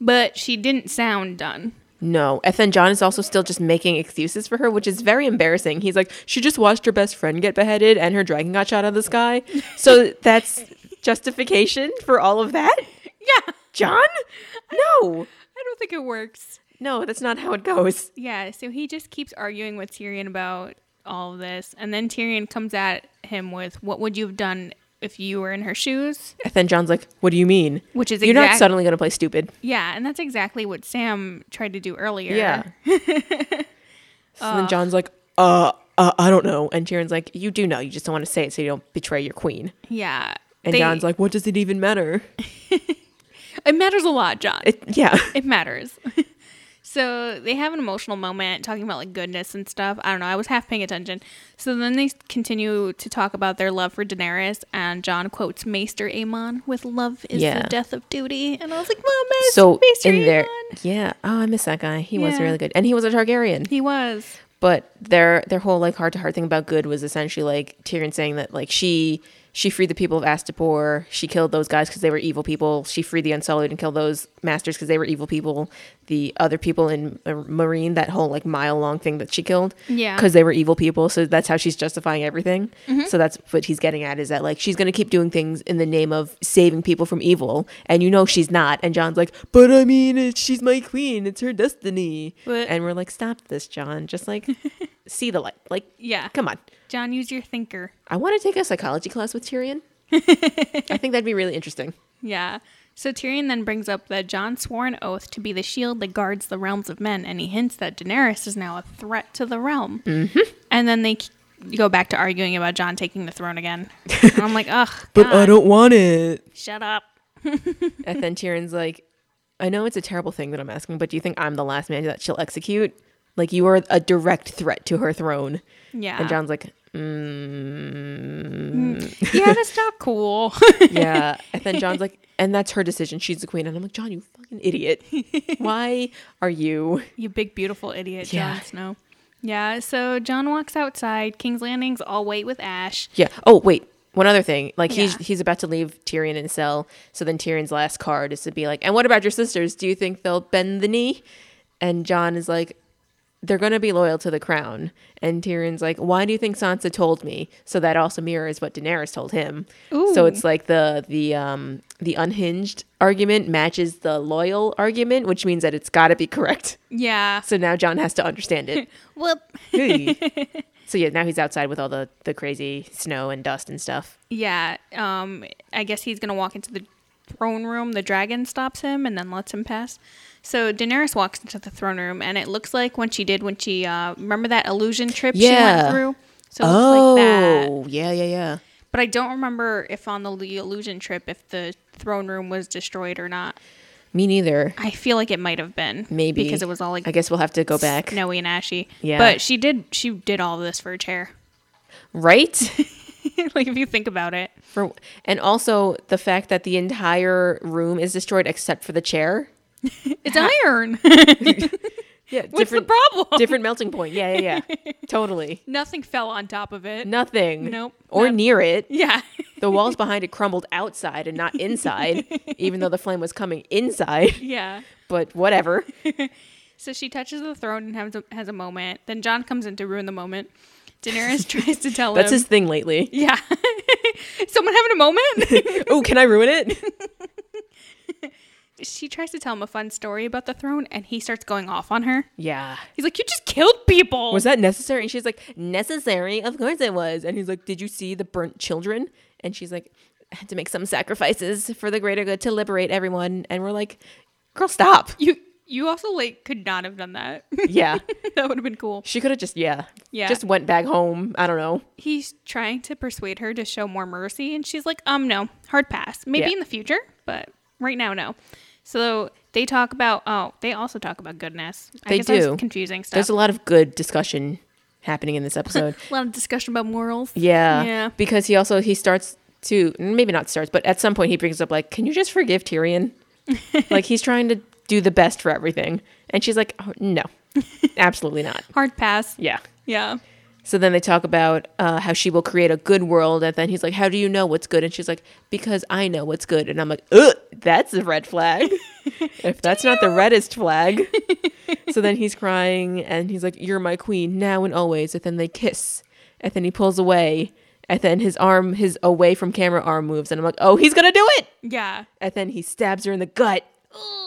S1: but she didn't sound done.
S2: No. And then John is also still just making excuses for her, which is very embarrassing. He's like, she just watched her best friend get beheaded and her dragon got shot out of the sky.
S1: *laughs*
S2: So that's justification for all of that?
S1: Yeah.
S2: John? No.
S1: I don't think it works.
S2: No, that's not how it goes.
S1: Yeah, so he just keeps arguing with Tyrion about all of this. And then Tyrion comes at him with, What would you have done if you were in her shoes?
S2: And then John's like, what do you mean?
S1: Which is
S2: You're not
S1: exact-
S2: suddenly going to play stupid.
S1: Yeah, and that's exactly what Sam tried to do earlier.
S2: Yeah. *laughs* so then John's like, uh, uh, I don't know. And Tyrion's like, you do know. You just don't want to say it so you don't betray your queen.
S1: Yeah.
S2: And
S1: They-
S2: John's like, what does it even
S1: *laughs*
S2: matter?
S1: It matters a lot, John. It,
S2: It, yeah.
S1: matters. *laughs* so they have an emotional moment talking about like goodness and stuff. I don't know. I was half paying attention. So then they continue to talk about their love for Daenerys, and John quotes Maester Aemon with "Love is
S2: Yeah.
S1: the death of duty," and I was like, "Well, Maester,
S2: so
S1: Maester
S2: in there,
S1: Aemon."
S2: yeah. Oh, I miss that guy. He was
S1: Yeah.
S2: really good, and he was a Targaryen.
S1: He was.
S2: But their their whole like heart to heart thing about good was essentially like Tyrion saying that like she she freed the people of Astapor. She killed those guys because they were evil people. She freed the Unsullied and killed those masters because they were evil people. The other people in uh, Marine, that whole like mile long thing that she killed,
S1: Yeah.
S2: because they were evil people. So that's how she's justifying everything.
S1: Mm-hmm.
S2: So that's what he's getting at is that like she's gonna keep doing things in the name of saving people from evil, and you know she's not. And John's like, but I mean, it, she's my queen. It's her destiny.
S1: But-
S2: and we're like, stop this, John.
S1: *laughs*
S2: Just like see the light. Like,
S1: Yeah.
S2: come on.
S1: John, use your thinker.
S2: I want to take a psychology class with
S1: *laughs*
S2: Tyrion. I think that'd be really interesting.
S1: Yeah. So Tyrion then brings up that John swore an oath to be the shield that guards the realms of men, and he hints that Daenerys is now a threat to the realm. Mm-hmm. And then they c- go back to arguing about John taking the throne again. and I'm like, ugh, God,
S2: don't want it.
S1: shut up.
S2: And then Tyrion's like, I know it's a terrible thing that I'm asking, but do you think I'm the last man that she'll execute? Like, you are a direct threat to her throne.
S1: Yeah.
S2: And John's like,
S1: *laughs* yeah, that's not cool. *laughs*
S2: yeah. and then John's like, and that's her decision. She's the queen. And I'm like, John, you fucking idiot. Why are you?
S1: you big, beautiful idiot,
S2: Yeah.
S1: Jon Snow. Yeah, so John walks outside. King's Landing's all white with ash.
S2: Yeah. Oh, wait. One other thing. Like he's
S1: Yeah.
S2: he's about to leave Tyrion in cell. So then Tyrion's last card is to be like, "And what about your sisters? Do you think they'll bend the knee?" And John is like, "They're going to be loyal to the crown." And Tyrion's like, "Why do you think Sansa told me?" So that also mirrors what Daenerys told him. So
S1: Ooh.
S2: it's like the the um the unhinged argument matches the loyal argument, which means that it's got to be correct. *laughs*
S1: Yeah.
S2: So now John has to understand it.
S1: Whoop.
S2: *laughs* Hey. so yeah, now he's outside with all the the crazy snow and dust and stuff.
S1: Yeah. Um. I guess he's gonna walk into the throne room. The dragon stops him and then lets him pass. So Daenerys walks into the throne room, and it looks like when she did when she uh, remember that illusion trip she
S2: Yeah. Oh.
S1: went through. So it looks like that.
S2: yeah, yeah, yeah.
S1: But I don't remember if on the l- illusion trip if the throne room was destroyed or not.
S2: Me neither.
S1: I feel like it might have been
S2: Maybe
S1: because it was all like
S2: I guess we'll have to go back,
S1: snowy and ashy.
S2: Yeah.
S1: But she did she did all of this for a chair. *laughs*
S2: *laughs* right?
S1: like if you think about it.
S2: For and also the fact that the entire room is destroyed except for the chair.
S1: It's
S2: *laughs*
S1: iron.
S2: Yeah,
S1: What's the problem?
S2: different melting point. Yeah, yeah, *laughs* yeah. totally.
S1: Nothing fell on top of it.
S2: Nothing.
S1: Nope.
S2: Or
S1: Nope.
S2: near *laughs* it.
S1: *laughs* Yeah.
S2: The walls behind it crumbled outside and not *laughs* inside, even though the flame was coming inside.
S1: Yeah.
S2: But whatever.
S1: So she touches the throne and has a, has a moment. Then John comes in to ruin the moment.
S2: *laughs*
S1: Daenerys tries to tell
S2: That's
S1: him.
S2: his thing *laughs* lately.
S1: yeah. *laughs* Someone having a moment? *laughs*
S2: oh, can I ruin it?
S1: she tries to tell him a fun story about the throne and he starts going off on her.
S2: Yeah.
S1: He's like, You just killed people.
S2: Was that necessary? And she's like, necessary? Of course it was. And he's like, did you see the burnt children? And she's like, I had to make some sacrifices for the greater good to liberate everyone. And we're like, girl, stop.
S1: you you also like could not have done that. *laughs*
S2: Yeah.
S1: that would have been cool.
S2: *laughs* she could have just, yeah.
S1: Yeah.
S2: Just went back home. I don't know.
S1: He's trying to persuade her to show more mercy and she's like, "Um no, hard pass. Maybe
S2: Yeah.
S1: in the future, but right now no." So they talk about oh, they also talk about goodness. I
S2: They
S1: guess I was
S2: do.
S1: confusing stuff.
S2: There's a lot of good discussion happening in this episode. *laughs*
S1: a lot of discussion about morals.
S2: yeah.
S1: Yeah.
S2: Because he also, he starts to, maybe not starts, but at some point he brings up like, can you just forgive Tyrion? like he's trying to do the best for everything. And she's like, oh, no, absolutely not.
S1: Hard pass.
S2: Yeah.
S1: Yeah.
S2: So then they talk about uh, how she will create a good world, and then he's like, "How do you know what's good?" And she's like, "Because I know what's good." And I'm like, "Ugh, that's a
S1: *laughs*
S2: red flag. if that's not the reddest flag." so then he's crying, and he's like, "You're my queen now and always." And then they kiss, and then he pulls away, and then his arm, his away from camera arm moves, and I'm like, "Oh, he's gonna do it!"
S1: Yeah.
S2: And then he stabs her in the gut,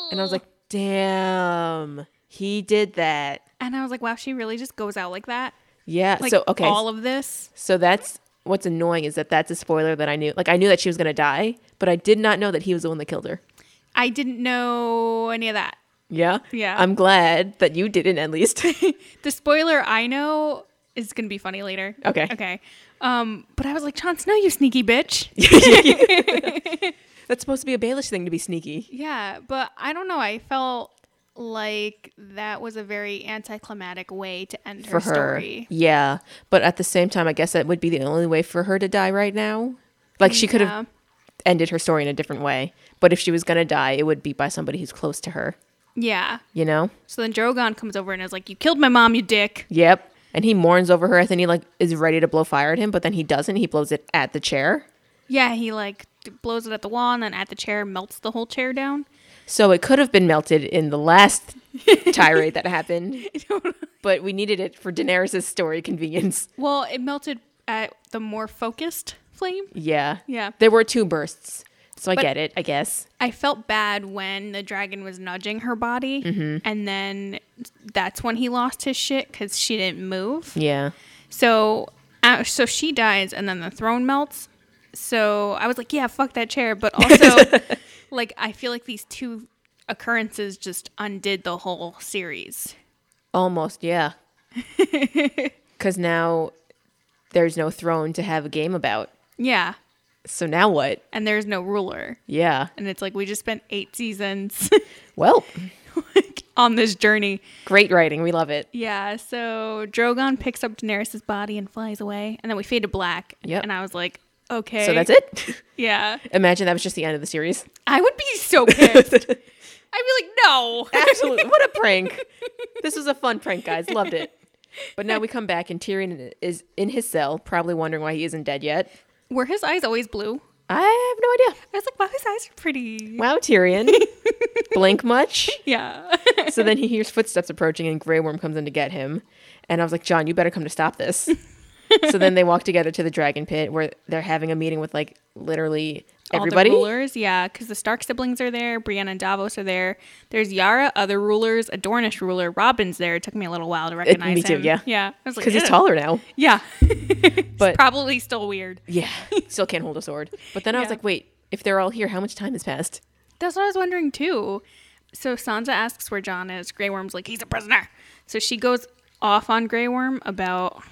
S2: and I was like, "Damn, he did that."
S1: And I was like, wow, she really just goes out like that.
S2: Yeah.
S1: Like
S2: so okay.
S1: all of this.
S2: So that's what's annoying is that that's a spoiler that I knew. Like I knew that she was gonna die, but I did not know that he was the one that killed her.
S1: I didn't know any of that.
S2: Yeah.
S1: Yeah.
S2: I'm glad that you didn't at least.
S1: The spoiler I know is gonna be funny later.
S2: Okay.
S1: Okay. Um, but I was like, Chance, no, you sneaky bitch.
S2: *laughs* that's supposed to be a Baelish thing to be sneaky.
S1: yeah, but I don't know. I felt like that was a very anticlimactic way to end her,
S2: For her.
S1: story.
S2: Yeah. But at the same time, I guess that would be the only way for her to die right now. Like she could
S1: Yeah.
S2: have ended her story in a different way. But if she was gonna die, it would be by somebody who's close to her,
S1: Yeah.
S2: you know?
S1: So then Drogon comes over and is like, You killed my mom, you dick.
S2: Yep. And he mourns over her and then he like is ready to blow fire at him, but then he doesn't. He blows it at the chair.
S1: Yeah, he like blows it at the wall and then at the chair melts the whole chair down. *laughs*
S2: So it could have been melted in the last tirade that happened, but we needed it for Daenerys' story convenience.
S1: Well, it melted at the more focused flame.
S2: Yeah.
S1: *laughs* Yeah.
S2: There were two bursts. So I
S1: But-
S2: get it, I guess.
S1: I felt bad when the dragon was nudging her body,
S2: Mm-hmm.
S1: and then that's when he lost his shit because she didn't move.
S2: Yeah.
S1: So, uh, so she dies, and then the throne melts. So I was like, yeah, fuck that chair.
S2: *laughs*
S1: But also, like, I feel like these two occurrences just undid the whole series. *laughs*
S2: Almost, yeah. Because now there's no throne to have a game about.
S1: Yeah,
S2: So now what?
S1: and there's no ruler,
S2: Yeah.
S1: and it's like we just spent eight seasons *laughs*
S2: Well,
S1: on this journey.
S2: great writing. We love it.
S1: Yeah, so Drogon picks up Daenerys' body and flies away, and then we fade to black.
S2: Yep.
S1: And I was like, okay.
S2: So that's it. *laughs*
S1: Yeah.
S2: Imagine that was just the end of the series. *laughs*
S1: I would be *laughs* so pissed. I'd be like, no.
S2: Absolutely. What a prank.
S1: *laughs*
S2: This was a fun prank, guys. Loved it. *laughs* But now we come back and Tyrion is in his cell, probably wondering why he isn't dead yet.
S1: Were his eyes always blue?
S2: I have no idea.
S1: I was like, wow, his eyes are pretty.
S2: Wow, *laughs* Tyrion. Blink much?
S1: Yeah. *laughs*
S2: So then he hears footsteps approaching and Grey Worm comes in to get him. And I was like, John, you better come to stop this. so then they walk together to the dragon pit where they're having a meeting with like literally everybody.
S1: All the rulers, yeah, because the Stark siblings are there, Brienne and Davos are there. There's Yara, other rulers, a Dornish ruler, Robin's there. It took me a little while to recognize
S2: me too,
S1: him.
S2: yeah.
S1: yeah. I was like,
S2: Because he's
S1: "Ew."
S2: taller now.
S1: Yeah, *laughs*
S2: But
S1: probably still weird.
S2: yeah, *laughs* still can't hold a sword. But then I was
S1: Yeah.
S2: like, wait, if they're all here, how much time has passed?
S1: That's what I was wondering too. So Sansa asks where John is. Grey Worm's like, he's a prisoner. So she goes off on Grey Worm about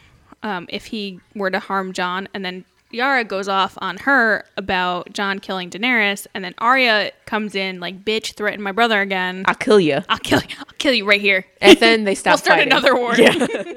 S1: um, if he were to harm John. And then Yara goes off on her about John killing Daenerys. And then Arya comes in, like, bitch, threaten my brother again.
S2: I'll kill *laughs* you.
S1: I'll kill you. I'll kill you right here.
S2: And then they stop
S1: I'll start
S2: fighting.
S1: another war.
S2: Yeah.
S1: *laughs*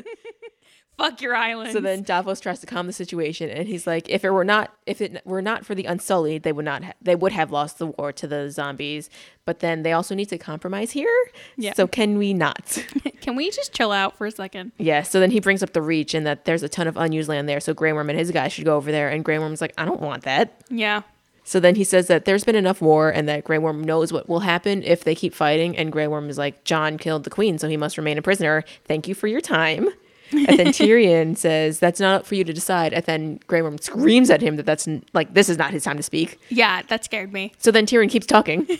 S1: Fuck your island.
S2: So then Davos tries to calm the situation, and he's like, "If it were not, if it were not for the Unsullied, they would not, ha- they would have lost the war to the zombies. But then they also need to compromise here.
S1: Yeah.
S2: So can we not?
S1: *laughs* Can we just chill out for a second?
S2: yeah. So then he brings up the Reach, and that there's a ton of unused land there. So Grey Worm and his guys should go over there. And Grey Worm's like, "I don't want that."
S1: Yeah.
S2: So then he says that there's been enough war, and that Grey Worm knows what will happen if they keep fighting. And Grey Worm is like, "John killed the queen, so he must remain a prisoner. Thank you for your time." and
S1: *laughs*
S2: then Tyrion says, "That's not up for you to decide." And then Grey Worm screams at him that that's n- like this is not his time to speak.
S1: Yeah, that scared me.
S2: So then Tyrion
S1: *laughs*
S2: keeps talking. me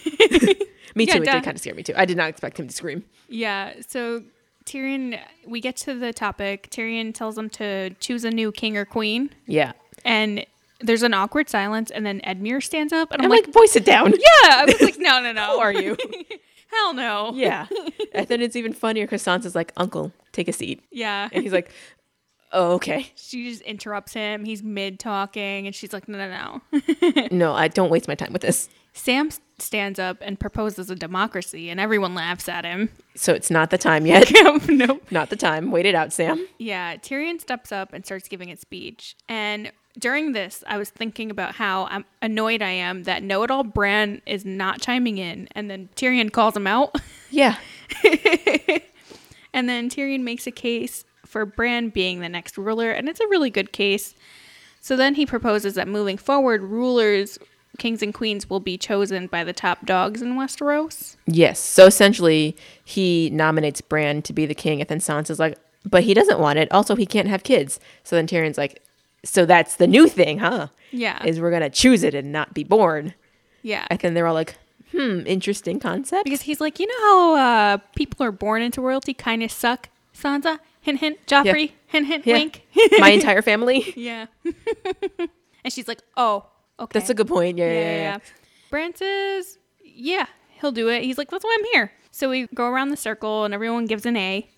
S1: Yeah,
S2: too. It
S1: duh.
S2: did kind of scare me too. I did not expect him to scream.
S1: Yeah, so Tyrion, we get to the topic. Tyrion tells them to choose a new king or queen,
S2: Yeah,
S1: and there's an awkward silence, and then Edmure stands up, and I'm,
S2: I'm
S1: like,
S2: like, voice it down.
S1: yeah, I
S2: *laughs*
S1: was like, no, no, no.
S2: Who are you?
S1: *laughs* Hell no.
S2: *laughs* yeah. And then it's even funnier because Sansa's like, "Uncle, take a seat,"
S1: Yeah.
S2: and he's like, "Oh, okay."
S1: She just interrupts him. He's mid talking, and she's like, no, no, no. *laughs*
S2: No, I don't waste my time with this.
S1: Sam s- stands up and proposes a democracy, and everyone laughs at him. *laughs*
S2: So it's not the time yet. *laughs*
S1: nope.
S2: Not the time. Wait it out, Sam.
S1: Yeah, Tyrion steps up and starts giving his speech. And during this, I was thinking about how I'm annoyed I am that know it all Bran is not chiming in. And then *laughs* Tyrion calls him out.
S2: Yeah.
S1: And then Tyrion makes a case for Bran being the next ruler, and it's a really good case. So then he proposes that moving forward, rulers, kings, and queens will be chosen by the top dogs in Westeros.
S2: Yes. So essentially, he nominates Bran to be the king, and then Sansa's like, but he doesn't want it. Also, he can't have kids. So then Tyrion's like, so that's the new thing, huh?
S1: Yeah.
S2: Is we're going to choose it and not be born.
S1: Yeah.
S2: And then they're all like, hmm, interesting concept.
S1: Because he's like, you know how uh, people are born into royalty kind of suck? Sansa, hint, hint, Joffrey, hint, hint,
S2: Yeah. *laughs*
S1: wink. *laughs*
S2: My entire family.
S1: yeah. *laughs* and she's like, oh, okay.
S2: That's a good point. Yeah, yeah, yeah. yeah.
S1: Brant says, yeah, he'll do it. He's like, that's why I'm here. So we go around the circle and everyone gives an A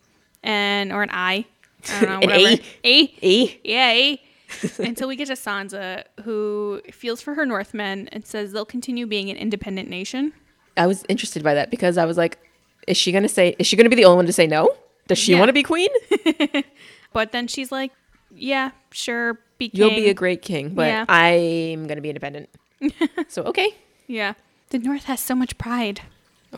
S1: and or an I. I don't know,
S2: *laughs* An
S1: whatever. A.
S2: E.
S1: Yeah, A.
S2: *laughs*
S1: Until we get to Sansa, who feels for her Northmen and says they'll continue being an independent nation.
S2: I was interested by that because I was like, is she going to say, is she going to be the only one to say no? Does she
S1: Yeah.
S2: want to be queen?
S1: But then she's like, yeah, sure, be king.
S2: You'll be a great king, but
S1: Yeah.
S2: I'm going to be
S1: *laughs*
S2: independent. so, okay.
S1: Yeah. The North has so much pride.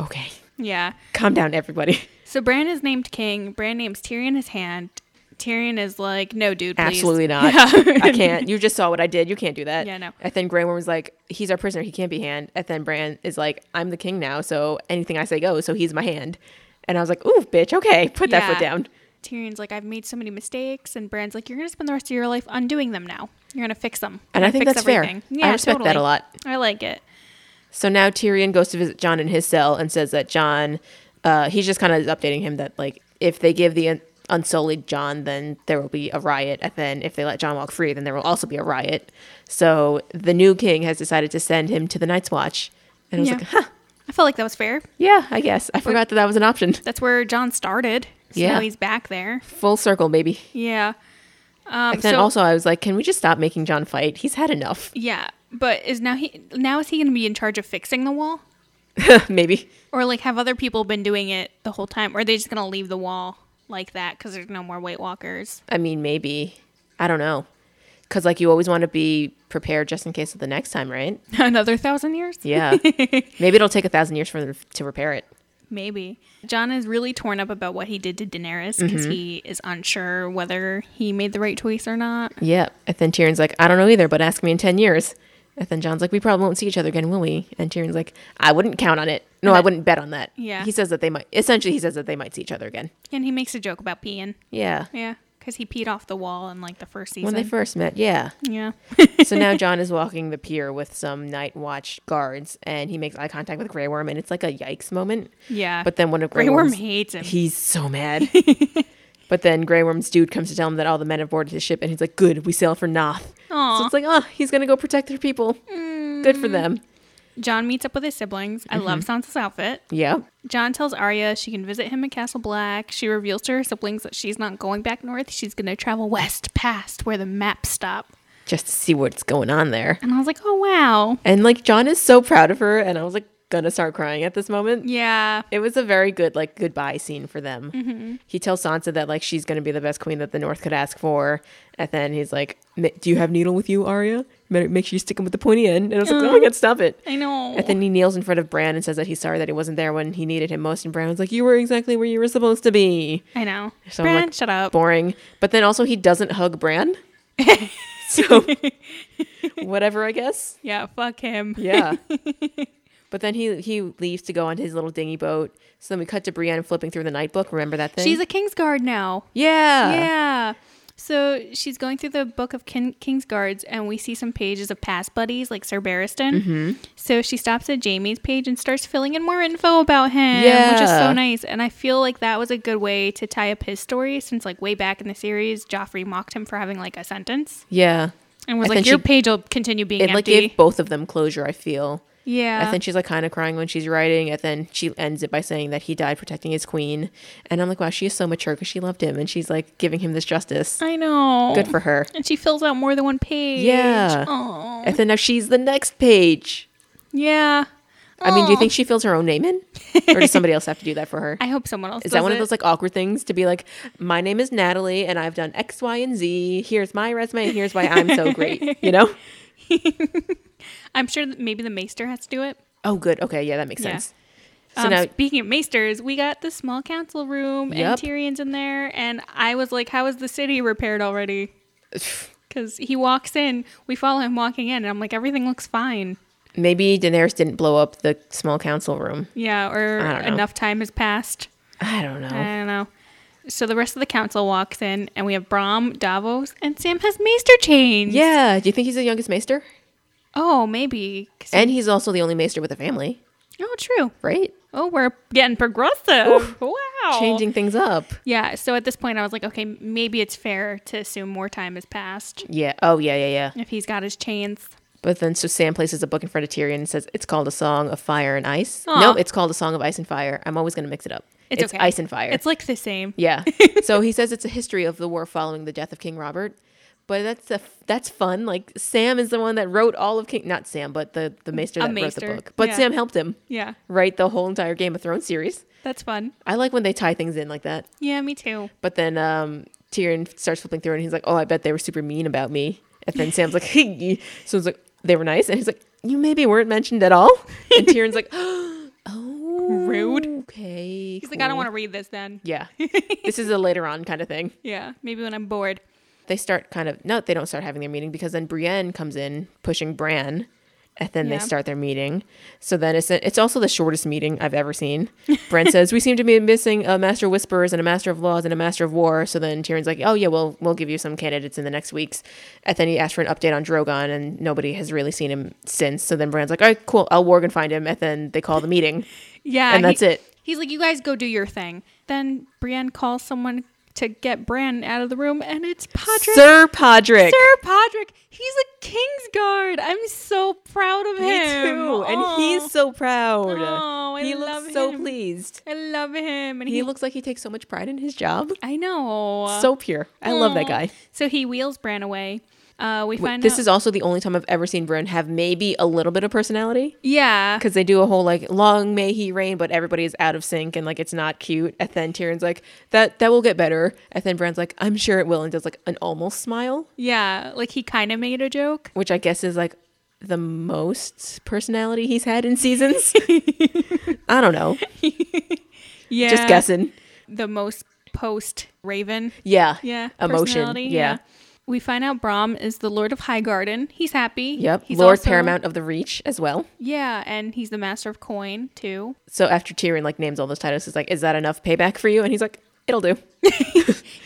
S2: Okay.
S1: Yeah.
S2: Calm down, everybody.
S1: So Bran is named king. Bran names Tyrion his hand. Tyrion is like, no, dude, please. *laughs*
S2: *laughs* Absolutely not. I can't. You just saw what I did. You can't do that.
S1: Yeah, no.
S2: And then Grey Worm was like, he's our prisoner. He can't be hand. And then Bran is like, I'm the king now. So anything I say goes. So he's my hand. And I was like, ooh, bitch. Okay. Put that foot
S1: Yeah.
S2: down.
S1: Tyrion's like, I've made so many mistakes, and Bran's like, you're gonna spend the rest of your life undoing them now. You're gonna fix them.
S2: And
S1: You're
S2: I think
S1: gonna fix
S2: that's fair. I respect that a lot.
S1: I like it.
S2: So now Tyrion goes to visit John in his cell and says that John, uh, he's just kind of updating him that, like, if they give the un- unsullied John, then there will be a riot. And then if they let John walk free, then there will also be a riot. So the new king has decided to send him to the Night's Watch. And I was
S1: Yeah.
S2: like, *laughs* huh.
S1: I felt like that was fair.
S2: Yeah, I guess. I forgot that that was an option. *laughs*
S1: That's where John started. So
S2: Yeah.
S1: now he's back there.
S2: Full circle, baby.
S1: Yeah. Um,
S2: And then
S1: so
S2: also, I was like, can we just stop making John fight? He's had enough. *laughs*
S1: yeah, but is now he now is he gonna be in charge of fixing the wall,
S2: Maybe.
S1: or like have other people been doing it the whole time, or are they just gonna leave the wall like that because there's no more White
S2: *laughs*
S1: Walkers?
S2: I mean, maybe. I don't know. Because, like, you always want to be prepared just in case of the next time, right?
S1: Another thousand years?
S2: Yeah. *laughs* maybe it'll take a thousand years for them to repair it.
S1: Maybe. John is really torn up about what he did to Daenerys because
S2: Mm-hmm.
S1: he is unsure whether he made the right choice or not.
S2: Yeah. And then Tyrion's like, I don't know either, but ask me in 10 years. And then John's like, we probably won't see each other again, will we? And Tyrion's like, I wouldn't count on it. No, I wouldn't bet on that.
S1: Yeah.
S2: He says that they might, essentially, he says that they might see each other again.
S1: And he makes a joke about peeing.
S2: Yeah.
S1: Yeah. Because he peed off the wall in like the first season.
S2: When they first met, yeah. *laughs*
S1: yeah.
S2: so now John is walking the pier with some night watch guards, and he makes eye contact with Grey Worm, and it's like a yikes moment.
S1: yeah.
S2: But then one of Grey,
S1: Grey Worm
S2: Worm's
S1: hates him.
S2: he's
S1: *laughs*
S2: so mad. but then Grey Worm's dude comes to tell him that all the men have boarded his ship, and he's like, "Good, we sail for Noth." So
S1: Aw. Mm.
S2: it's like, oh, he's gonna go protect their people. Good for them.
S1: John meets up with his siblings.
S2: Mm-hmm.
S1: I love Sansa's outfit.
S2: Yeah.
S1: John tells Arya she can visit him in Castle Black. She reveals to her siblings that she's not going back north. She's going to travel west past where the maps stop.
S2: Just to see what's going on there.
S1: And I was like, oh, wow.
S2: And like John is so proud of her, and I was like gonna start crying at this moment.
S1: Yeah.
S2: It was a very good like goodbye scene for them.
S1: Mm-hmm.
S2: He tells Sansa that like she's gonna be the best queen that the North could ask for, and then he's like, "M- "Do you have needle with you, Arya? Ma- Make sure you stick him with the pointy end." And I was like, "Oh my god, stop it!"
S1: I know.
S2: *laughs* And then he kneels in front of Bran and says that he's sorry that he wasn't there when he needed him most. And Bran was like, "You were exactly where you were supposed to be."
S1: I know.
S2: So I'm
S1: Bran,
S2: like,
S1: shut up.
S2: Boring. But then also he doesn't
S1: *laughs*
S2: hug Bran, so whatever, I guess.
S1: Yeah, fuck him.
S2: Yeah. But then he he leaves to go on his little dinghy boat. So then we cut to Brienne flipping through the night book. Remember that thing?
S1: She's a Kingsguard now.
S2: yeah.
S1: yeah. So she's going through the book of Kin- Kingsguards, and we see some pages of past buddies like Sir Barristan.
S2: Mm-hmm.
S1: So she stops at Jamie's page and starts filling in more info about him, which is
S2: Yeah.
S1: so nice. And I feel like that was a good way to tie up his story since, like, way back in the series, Joffrey mocked him for having, like, a sentence
S2: Yeah.
S1: and was
S2: I
S1: like,
S2: think
S1: Your
S2: she-
S1: page will continue being
S2: It like
S1: empty.
S2: gave both of them closure, I feel.
S1: yeah.
S2: And then she's like kind of crying when she's writing, and then she ends it by saying that he died protecting his queen. And I'm like, wow, she is so mature because she loved him, and she's like giving him this justice.
S1: I know.
S2: Good for her.
S1: And she fills out more than one page.
S2: Yeah.
S1: Aw.
S2: And then now she's the next page.
S1: Yeah.
S2: I mean, do you
S1: Aw.
S2: think she fills her
S1: *laughs*
S2: own name in, or does somebody else have to do that for her?
S1: I hope someone else does
S2: Is that one
S1: it.
S2: of those like awkward things to be like, my name is Natalie and I've done X, Y, and Z. Here's my resume. and Here's why I'm
S1: *laughs*
S2: so great. You know?
S1: I'm sure that maybe the maester has to do it.
S2: Oh, good. Okay. Yeah, that makes
S1: Yeah.
S2: sense. So
S1: um,
S2: now,
S1: speaking of maesters, we got the small council room
S2: Yep.
S1: and Tyrion's in there, and I was like, "How is the city repaired
S2: *sighs*
S1: already?" Because he walks in, we follow him walking in, and I'm like, "Everything looks fine."
S2: maybe Daenerys didn't blow up the small council room.
S1: Yeah, or
S2: I don't know.
S1: enough time has passed.
S2: I don't know.
S1: I don't know. So the rest of the council walks in, and we have Brom, Davos, and Sam has Maester chains.
S2: yeah. Do you think he's the youngest maester?
S1: Oh, maybe. 'Cause-
S2: And he's also the only maester with a family,
S1: Oh, true.
S2: right?
S1: Oh, we're getting progressive. Wow.
S2: Changing things up.
S1: Yeah. So at this point, I was like, okay, maybe it's fair to assume more time has passed
S2: Yeah. Oh, yeah, yeah, yeah.
S1: if he's got his chains.
S2: But then, so Sam places a book in front of Tyrion and says, "It's called a song of fire and ice."
S1: Aw.
S2: No, it's called a song of ice and fire. I'm always going to mix it up.
S1: It's
S2: It's,
S1: okay.
S2: ice and fire.
S1: It's like the same.
S2: *laughs* yeah. so he says it's a history of the war following the death of King Robert. But that's a, that's fun. Like Sam is the one that wrote all of King, not Sam, but the the maester
S1: A
S2: that
S1: maester,
S2: wrote the book. But
S1: yeah.
S2: Sam helped him
S1: Yeah.
S2: write the whole entire Game of Thrones series.
S1: That's fun.
S2: I like when they tie things in like that.
S1: Yeah, me too.
S2: But then um, Tyrion starts flipping through and he's like, "Oh, I bet they were super mean about me." And then Sam's like, *laughs* "Hey," so it's like they were nice, and he's like, "You maybe weren't mentioned at all." And Tyrion's like, *gasps* "Oh,
S1: Rude.
S2: Okay,
S1: He's like, I don't want to read this then.
S2: Yeah, this is a later on kind of thing.
S1: Yeah. Maybe when I'm bored.
S2: They start kind of no, they don't start having their meeting because then Brienne comes in pushing Bran, and then
S1: Yeah.
S2: they start their meeting. So then it's it's also the shortest meeting I've ever seen. *laughs* Bran says, "We seem to be missing a master of whisperers and a master of laws and a master of war." So then Tyrion's like, "Oh yeah, well we'll give you some candidates in the next weeks." And then he asked for an update on Drogon, and nobody has really seen him since. So then Bran's like, "All right, cool, I'll warg and find him." And then they call
S1: *laughs*
S2: the meeting.
S1: Yeah.
S2: And that's it.
S1: He's like, you guys go do your thing. Then Brienne calls someone to get Bran out of the room, and it's Podrick.
S2: Sir Podrick.
S1: Sir Podrick. He's a Kingsguard. I'm so proud of
S2: Me
S1: him.
S2: too.
S1: Aw.
S2: And he's so proud.
S1: Oh, I
S2: he
S1: love
S2: looks so
S1: him.
S2: pleased.
S1: I love him. And
S2: He
S1: he,
S2: looks like he takes so much pride in his job.
S1: I know.
S2: So pure. I love that
S1: Aw.
S2: guy.
S1: So he wheels Bran away. Uh, we find
S2: This
S1: out-
S2: is also the only time I've ever seen Brynn have maybe a little bit of personality
S1: yeah.
S2: because they do a whole like long may he reign, but everybody is out of sync and like it's not cute. And then Tyrion's like that that will get better. And then Bryn's like I'm sure it will and does like an almost smile,
S1: Yeah, like he kind of made a joke.
S2: which I guess is like the most personality he's had in seasons.
S1: *laughs*
S2: I don't know,
S1: Yeah,
S2: just guessing.
S1: The most post Raven.
S2: Yeah,
S1: Yeah,
S2: emotion.
S1: personality,
S2: Yeah.
S1: We find out Brom is the Lord of Highgarden. He's happy.
S2: Yep,
S1: He's
S2: Lord
S1: also-
S2: Paramount of the Reach as well.
S1: Yeah, and he's the master of coin
S2: *laughs*
S1: too.
S2: So after Tyrion like names all those titles, he's like, "Is that enough payback for you?" And he's like, "It'll do." *laughs*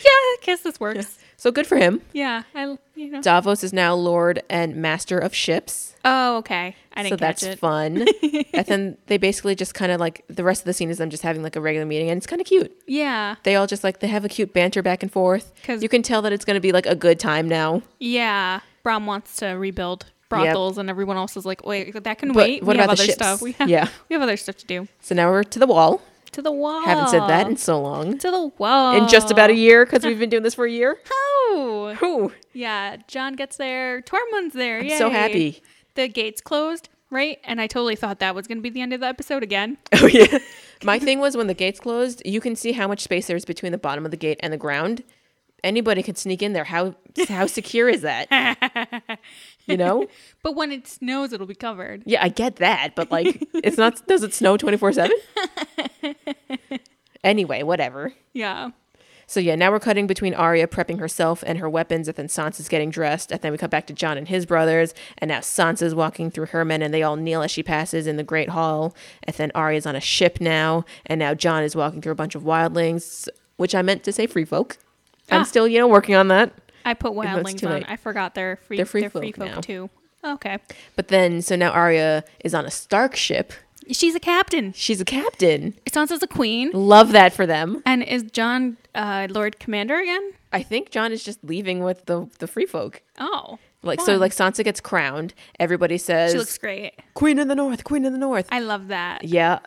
S1: Yeah, I guess this works.
S2: So good for him.
S1: Yeah, I you know.
S2: Davos is now Lord and Master of Ships.
S1: Oh, okay. I
S2: So
S1: didn't catch
S2: that's
S1: it. *laughs*
S2: fun. and then they basically just kind of like the rest of the scene is them just having like a regular meeting, and it's kind of cute.
S1: Yeah,
S2: They all just like they have a cute banter back and forth.
S1: 'Cause-
S2: you can tell that it's going to be like a good time now.
S1: yeah. Brom wants to rebuild brothels, and everyone else is like, "Wait, that can
S2: But
S1: wait.
S2: what
S1: we have
S2: about the
S1: other
S2: ships?
S1: stuff. *laughs* We have,
S2: Yeah.
S1: we have other stuff to do.
S2: So now we're to the wall.
S1: To the wall.
S2: Haven't said that in so long.
S1: to the wall.
S2: In just about a year
S1: *laughs*
S2: because we've been doing this for a year.
S1: Oh.
S2: Whew.
S1: Yeah, John gets there. Tormund's there.
S2: I'm so
S1: Yay.
S2: happy.
S1: The gates closed, right? And I totally thought that was going to be the end of the episode again.
S2: *laughs* Oh yeah. My thing was when the gates closed, you can see how much space there's between the bottom of the gate and the ground. Anybody could sneak in there. How *laughs* how secure is that? *laughs* You know?
S1: But when it snows, it'll be covered.
S2: Yeah, I get that, but like it's not does it snow 24/7? *laughs* Anyway, whatever.
S1: Yeah.
S2: So yeah, now we're cutting between Arya prepping herself and her weapons, and then Sansa's getting dressed, and then we cut back to John and his brothers, and now Sansa's walking through her men, and they all kneel as she passes in the Great Hall, and then Arya's on a ship now, and now John is walking through a bunch of wildlings, which I meant to say free folk.
S1: Ah.
S2: I'm still, you know, working on that.
S1: I put wildlings
S2: too
S1: on.
S2: late.
S1: I forgot they're free. They're
S2: They're
S1: free,
S2: free
S1: folk,
S2: folk now.
S1: too. Okay.
S2: But then, so now Arya is on a Stark ship.
S1: She's a captain.
S2: She's a captain.
S1: Sansa's a queen.
S2: Love that for them.
S1: And is John uh, Lord Commander again?
S2: I think John is just leaving with the the free folk.
S1: Oh.
S2: Like so,
S1: fun.
S2: like Sansa gets crowned. Everybody says
S1: She looks great.
S2: Queen of the North, Queen of the North.
S1: I love that.
S2: Yeah,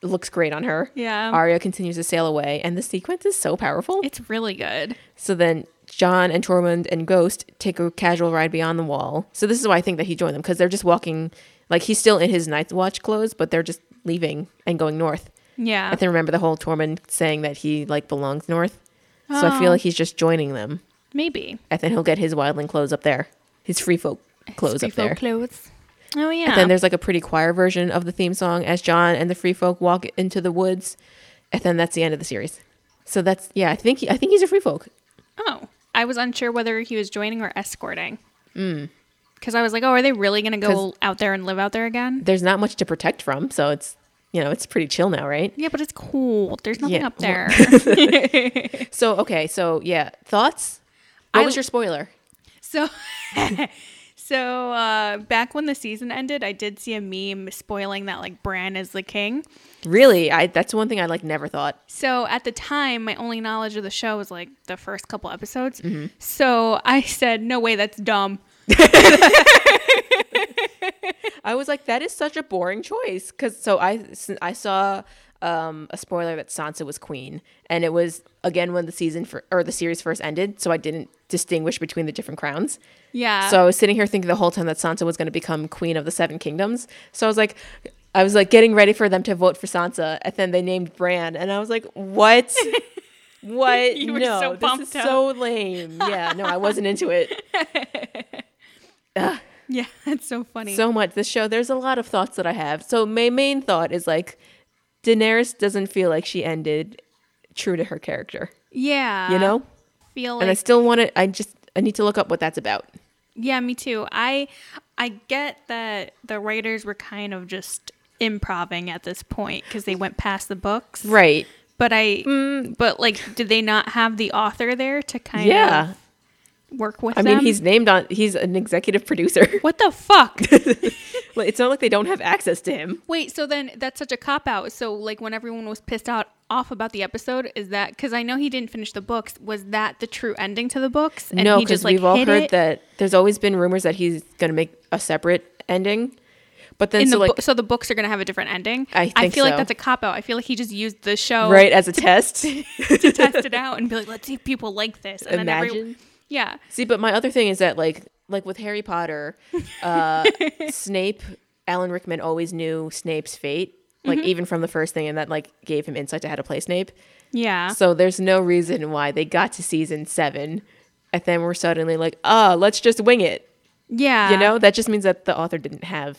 S2: it looks great on her.
S1: Yeah.
S2: Arya continues to sail away, and the sequence is so powerful.
S1: It's really good.
S2: so then John and Tormund and Ghost take a casual ride beyond the wall. So this is why I think that he joined them because they're just walking, like he's still in his Night's Watch clothes, but they're just leaving and going north.
S1: Yeah.
S2: I then remember the whole Tormund saying that he like belongs north. So I feel like he's just joining them.
S1: Maybe.
S2: And then he'll get his wildling clothes up there, his free folk clothes
S1: Free
S2: up there.
S1: folk clothes. Oh yeah.
S2: Then there's like a pretty choir version of the theme song as John and the free folk walk into the woods, and then that's the end of the series. So that's yeah, I think he, I think he's a free folk.
S1: oh, I was unsure whether he was joining or escorting. Because I was like, oh, are they really going to go
S2: Hmm. 'Cause-
S1: out there and live out there again?
S2: There's not much to protect from, so it's you know it's pretty chill now, right?
S1: Yeah, but it's cold. There's nothing
S2: Yeah,
S1: up
S2: *laughs*
S1: there.
S2: So okay, so yeah, thoughts. What
S1: I-
S2: was your spoiler?
S1: So, *laughs* so uh, back when the season ended, I did see a meme spoiling that like Bran is the king.
S2: Really, I that's one thing I like never thought.
S1: So at the time, my only knowledge of the show was like the first couple episodes.
S2: Mm-hmm.
S1: So I said, "No way, that's dumb."
S2: I was like, that is such a boring choice. Cause so I s- I saw um, a spoiler that Sansa was queen, and it was again when the season for, or the series first ended, so I didn't distinguish between the different crowns.
S1: Yeah.
S2: So I was sitting here thinking the whole time that Sansa was going to become queen of the Seven Kingdoms. So I was like, I was like getting ready for them to vote for Sansa, and then they named Bran, and I was like,
S1: *laughs*
S2: what? What?
S1: You were
S2: no,
S1: so
S2: this
S1: pumped
S2: is so lame. Yeah, no, I wasn't into it
S1: *laughs* yeah, that's so funny.
S2: so much. This show, there's a lot of thoughts that I have. So my main thought is like, Daenerys doesn't feel like she ended true to her character,
S1: yeah,
S2: you know.
S1: feel
S2: and I
S1: Uh, like
S2: still want to. I just I need to look up what that's about.
S1: yeah, me too. I I get that the writers were kind of just improving at this point because they went past the books,
S2: Right. Mm.
S1: But I, but like, did they not have the author there to kind
S2: Yeah.
S1: of work with?
S2: I mean,
S1: them?
S2: he's named on. He's an executive producer. *laughs*
S1: what the fuck?
S2: Like, it's not like they don't have access to him.
S1: Wait, so then that's such a cop out. So like, when everyone was pissed out off about the episode, is that because I know he didn't finish the books? Was that the true ending to the books? And
S2: no,
S1: he
S2: because
S1: just, like,
S2: we've all
S1: hid
S2: heard
S1: it
S2: that there's always been rumors that he's going to make a separate ending, but then
S1: In
S2: so
S1: the
S2: like
S1: book, so the books are gonna have a different ending.
S2: I
S1: I
S2: think
S1: feel like
S2: so.
S1: that's a cop out. I feel like he just used the show
S2: *laughs* right as
S1: *laughs*
S2: a test.
S1: to test it out and be like, let's see if people like this. And Then every,
S2: Imagine.
S1: yeah,
S2: See, but my other thing is that like like with Harry Potter,
S1: *laughs*
S2: uh, Snape, Alan Rickman always knew Snape's fate, like
S1: Mm-hmm.
S2: even from the first thing, and that like gave him insight to how to play Snape.
S1: yeah.
S2: So there's no reason why they got to season seven, and then we're suddenly like, ah, let's just wing it.
S1: Yeah.
S2: You know, that just means that the author didn't have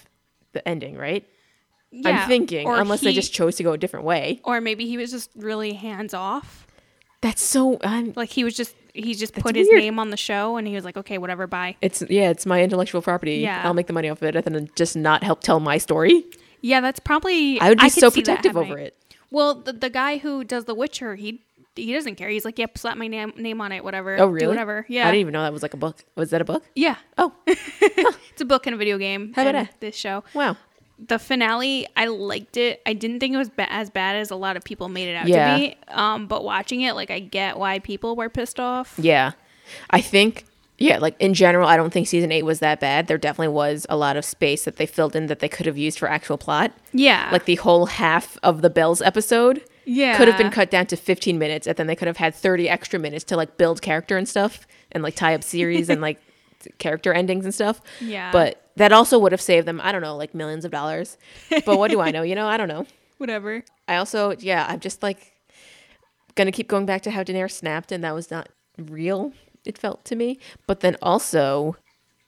S2: the ending, right?
S1: Yeah,
S2: I'm thinking,
S1: or
S2: unless they
S1: he-
S2: just chose to go a different way.
S1: or maybe he was just really hands off.
S2: That's so. I'm,
S1: Like he was just he just put his
S2: weird.
S1: name on the show and he was like, okay, whatever, bye.
S2: it's yeah, it's my intellectual property.
S1: Yeah.
S2: I'll make the money off of it, and then just not help tell my story.
S1: Yeah, that's probably.
S2: I would be
S1: could
S2: so
S1: see that
S2: protective
S1: happening.
S2: over it.
S1: Well, the, the guy who does The Witcher, he he doesn't care. He's like, yep, slap my name name on it, whatever.
S2: Oh, really?
S1: Do whatever. Yeah.
S2: I didn't even know that was like a book. Was that a book?
S1: yeah. *laughs*
S2: Oh,
S1: It's a book and a video game.
S2: How about
S1: and
S2: that?
S1: This show.
S2: wow.
S1: The finale, I liked it. I didn't think it was ba- as bad as a lot of people made it out
S2: Yeah.
S1: to be. Um, but watching it, like, I get why people were pissed off.
S2: Yeah. I think, yeah, like in general, I don't think season eight was that bad. There definitely was a lot of space that they filled in that they could have used for actual plot.
S1: Yeah.
S2: Like the whole half of the Bells episode could have
S1: Yeah.
S2: been cut down to 15 minutes, and then they could have had 30 extra minutes to like build character and stuff and like tie up
S1: *laughs*
S2: series and like character endings and stuff.
S1: Yeah.
S2: But that also would have saved them, I don't know, like millions of dollars. But what do I know? You know, I don't know.
S1: whatever.
S2: I also, yeah, I'm just like gonna keep going back to how Daenerys snapped, and that was not real. It felt to me, but then also,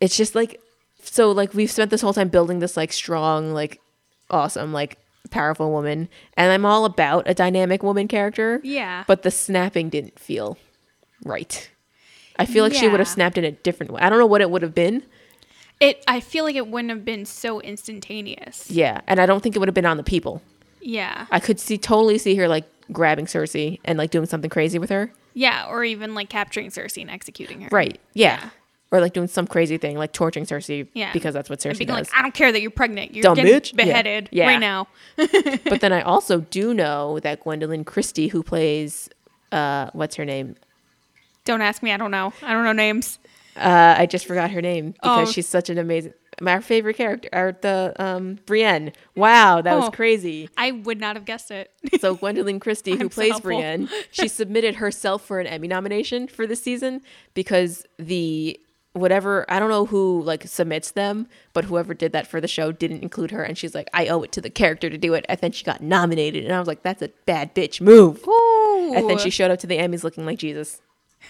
S2: it's just like so. Like we've spent this whole time building this like strong, like awesome, like powerful woman, and I'm all about a dynamic woman character.
S1: Yeah.
S2: but the snapping didn't feel right. I feel like she would have
S1: Yeah.
S2: snapped in a different way. I don't know what it would have been.
S1: It. I feel like it wouldn't have been so instantaneous.
S2: Yeah, and I don't think it would have been on the people.
S1: Yeah.
S2: I could see totally see her like grabbing Cersei and like doing something crazy with her.
S1: Yeah. Or even like capturing Cersei and executing her.
S2: Right. Yeah. Or like doing some crazy thing, like torturing Cersei
S1: Yeah.
S2: because that's what Cersei
S1: Being
S2: does.
S1: like, I don't care that you're pregnant. You're
S2: Dumb
S1: getting
S2: bitch. Yeah.
S1: beheaded
S2: Yeah.
S1: right now. "Ah."
S2: but then I also do know that Gwendolyn Christie, who plays, uh, what's her name?
S1: Don't ask me. I don't know. I don't know names.
S2: Uh, I just forgot her name because
S1: Oh.
S2: she's such an amazing, my favorite character, or the um, Brienne. Wow, that was
S1: Oh.
S2: crazy.
S1: I would not have guessed it. *laughs*
S2: So Gwendolyn Christie, who
S1: I'm so
S2: plays
S1: helpful.
S2: Brienne,
S1: *laughs*
S2: she submitted herself for an Emmy nomination for this season because the whatever I don't know who like submits them, but whoever did that for the show didn't include her, and she's like, I owe it to the character to do it, and then she got nominated, and I was like, that's a bad bitch move.
S1: Ooh.
S2: And then she showed up to the
S1: *laughs*
S2: Emmys looking like Jesus.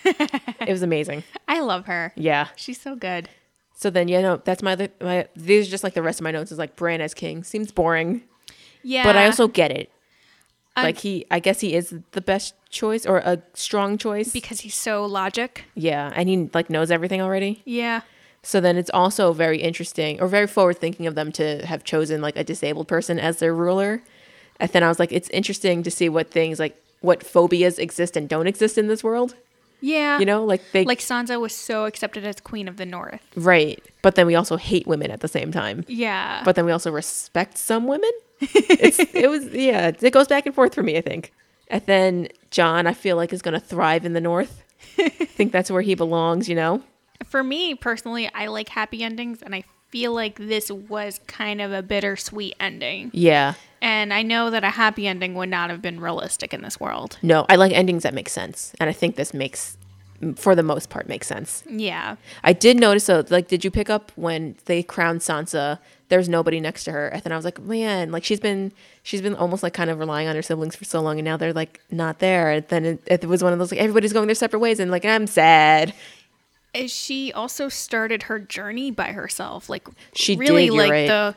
S2: it was amazing.
S1: I love her.
S2: Yeah.
S1: She's so good.
S2: So then, yeah, no, that's my other, my. These are just like the rest of my notes is like Bran as king seems boring,
S1: Yeah.
S2: but I also get it.
S1: Uh, I'm-
S2: like he, I guess he is the best choice or a strong choice.
S1: because he's so logic.
S2: yeah, and he like knows everything already.
S1: Yeah.
S2: So then it's also very interesting or very forward thinking of them to have chosen like a disabled person as their ruler. And then I was like, it's interesting to see what things like what phobias exist and don't exist in this world.
S1: Yeah.
S2: You know, like they
S1: like Sansa was so accepted as queen of the North.
S2: right, but then we also hate women at the same time.
S1: Yeah.
S2: But then we also respect some women. It's, it was yeah, it goes back and forth for me. I think. And then John, I feel like is going to thrive in the North. I think that's where he belongs. You know.
S1: for me personally, I like happy endings and I feel like this was kind of a bittersweet ending.
S2: Yeah.
S1: And I know that a happy ending would not have been realistic in this world.
S2: No, I like endings that make sense, and I think this makes, m- for the most part, makes sense.
S1: Yeah.
S2: I did notice though, like, did you pick up when they crowned Sansa? There's nobody next to her, and then I was like, man, like she's been, she's been almost like kind of relying on her siblings for so long, and now they're like not there. And then it, it was one of those like everybody's going their separate ways, and like I'm sad.
S1: As Eh, she also started her journey by herself. Like
S2: She
S1: really
S2: did, you're
S1: like
S2: right.
S1: the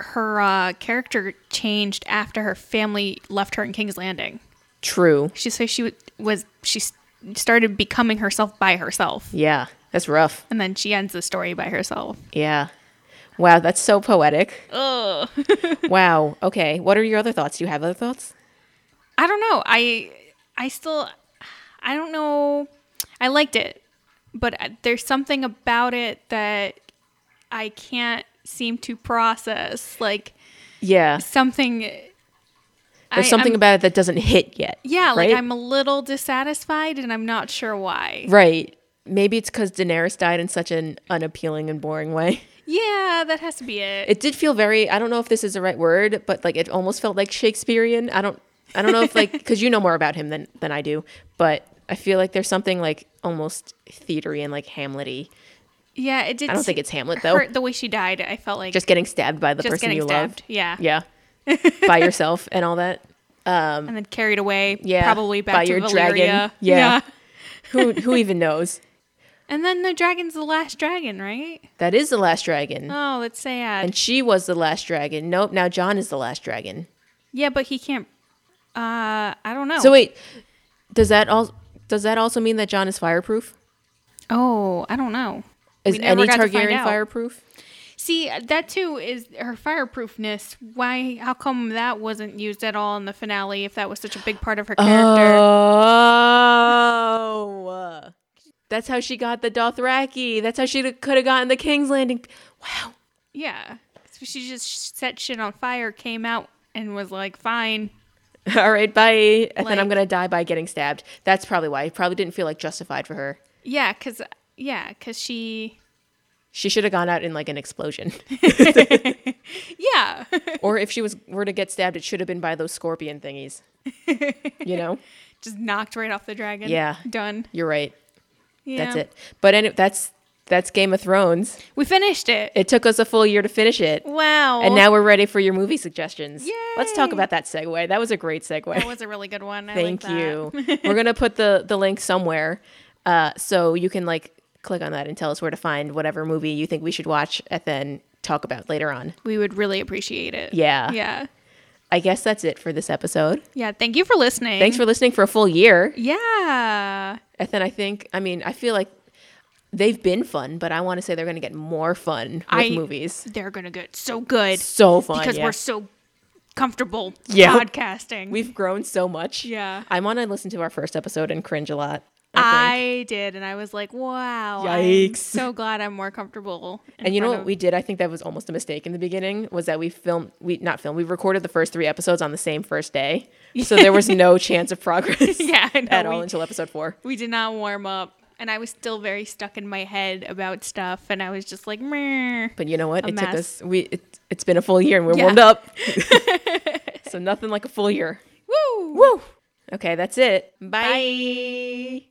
S1: her uh, character changed after her family left her in King's Landing.
S2: True.
S1: She so she w- was she s- started becoming herself by herself.
S2: Yeah, that's rough.
S1: And then she ends the story by herself.
S2: Yeah. Wow, that's so poetic.
S1: Ugh. *laughs*
S2: Wow. Okay. What are your other thoughts? Do you have other thoughts?
S1: I don't know. I I still I don't know. I liked it, but I- there's something about it that I can't seem to process. Like
S2: Yeah.
S1: something
S2: There's
S1: I-
S2: something
S1: I'm-
S2: about it that doesn't hit yet.
S1: yeah,
S2: right?
S1: like I'm a little dissatisfied and I'm not sure why.
S2: Right. Maybe it's because Daenerys died in such an unappealing and boring way.
S1: Yeah, that has to be it.
S2: It did feel very, I don't know if this is the right word, but like it almost felt like Shakespearean. I don't, I don't know if like, *laughs* because you know more about him than, than I do, but I feel like there's something like almost theatery and like Hamlety.
S1: yeah, it did
S2: I don't think
S1: se-
S2: it's Hamlet though.
S1: her, the way she died, I felt like
S2: Just getting stabbed by the
S1: just
S2: person
S1: getting
S2: you
S1: stabbed.
S2: love.
S1: Yeah. *laughs*
S2: Yeah. by yourself and all that.
S1: and then carried away.
S2: Yeah,
S1: probably back
S2: by
S1: to
S2: your
S1: Valyria.
S2: dragon. Yeah. Who, who even knows?
S1: and then the dragon's the last dragon, right?
S2: That is the last dragon.
S1: Oh, that's sad.
S2: And she was the last dragon. Nope. Now John is the last dragon.
S1: Yeah, but he can't. Uh, I don't know.
S2: So wait, does that all does that also mean that John is fireproof?
S1: oh, I don't know. We
S2: Is
S1: never
S2: any
S1: got to find
S2: Targaryen
S1: out.
S2: fireproof?
S1: See, that too is her fireproofness. Why? How come that wasn't used at all in the finale? If that was such a big part of her character,
S2: Oh, that's how she got the Dothraki. That's how she could have gotten the King's Landing. Wow.
S1: yeah. So she just set shit on fire, came out, and was like, "Fine."
S2: *laughs* All right, bye. And then I'm
S1: Like-
S2: gonna die by getting stabbed. That's probably why. It probably didn't feel like justified for her.
S1: Yeah, cause yeah, cause she
S2: She should have gone out in like an
S1: *laughs*
S2: explosion.
S1: yeah. *laughs*
S2: or if she was were to get stabbed, it should have been by those
S1: *laughs*
S2: scorpion thingies. You know.
S1: just knocked right off the dragon.
S2: Yeah.
S1: done.
S2: You're right.
S1: Yeah.
S2: That's it. But anyway, that's that's Game of Thrones.
S1: We finished it.
S2: It took us a full year to finish it.
S1: Wow.
S2: And now we're ready for your movie suggestions. Let's talk
S1: Yay.
S2: about that segue. That was a great segue.
S1: that was a really good one. I
S2: Thank
S1: like that.
S2: you.
S1: *laughs*
S2: we're gonna put the the link somewhere, uh, so you can like click on that and tell us where to find whatever movie you think we should watch, and then talk about later on.
S1: We would really appreciate it.
S2: Yeah.
S1: Yeah.
S2: I guess that's it for this episode.
S1: Yeah, thank you for listening.
S2: Thanks for listening for a full year.
S1: Yeah.
S2: And then I think, I mean, I feel like they've been fun, but I want to say they're gonna get more fun with
S1: I-
S2: movies.
S1: They're going to get so good
S2: So fun
S1: because
S2: yeah.
S1: we're so comfortable
S2: Yeah.
S1: podcasting.
S2: We've grown so much.
S1: Yeah.
S2: I want to listen to our first episode and cringe a lot. I think.
S1: I, did and I was like, "Wow. I'm
S2: Yikes.
S1: so glad I'm more comfortable." in
S2: and you know
S1: front
S2: what
S1: of-
S2: we did? I think that was almost a mistake in the beginning was that we filmed, we not filmed, we recorded the first three episodes on the same
S1: *laughs*
S2: first day. So there was no chance of
S1: *laughs*
S2: progress
S1: Yeah, I know.
S2: *laughs* at all
S1: we,
S2: until episode four.
S1: we did not warm up and I was still very stuck in my head about stuff and I was just like, Meh.
S2: But you know what?
S1: A
S2: it took
S1: mess.
S2: us, we, it, it's been a full year and we're
S1: Yeah. *laughs*
S2: warmed up. *laughs* so nothing like a full year.
S1: "Woo!"
S2: Woo! Okay, that's it. Bye.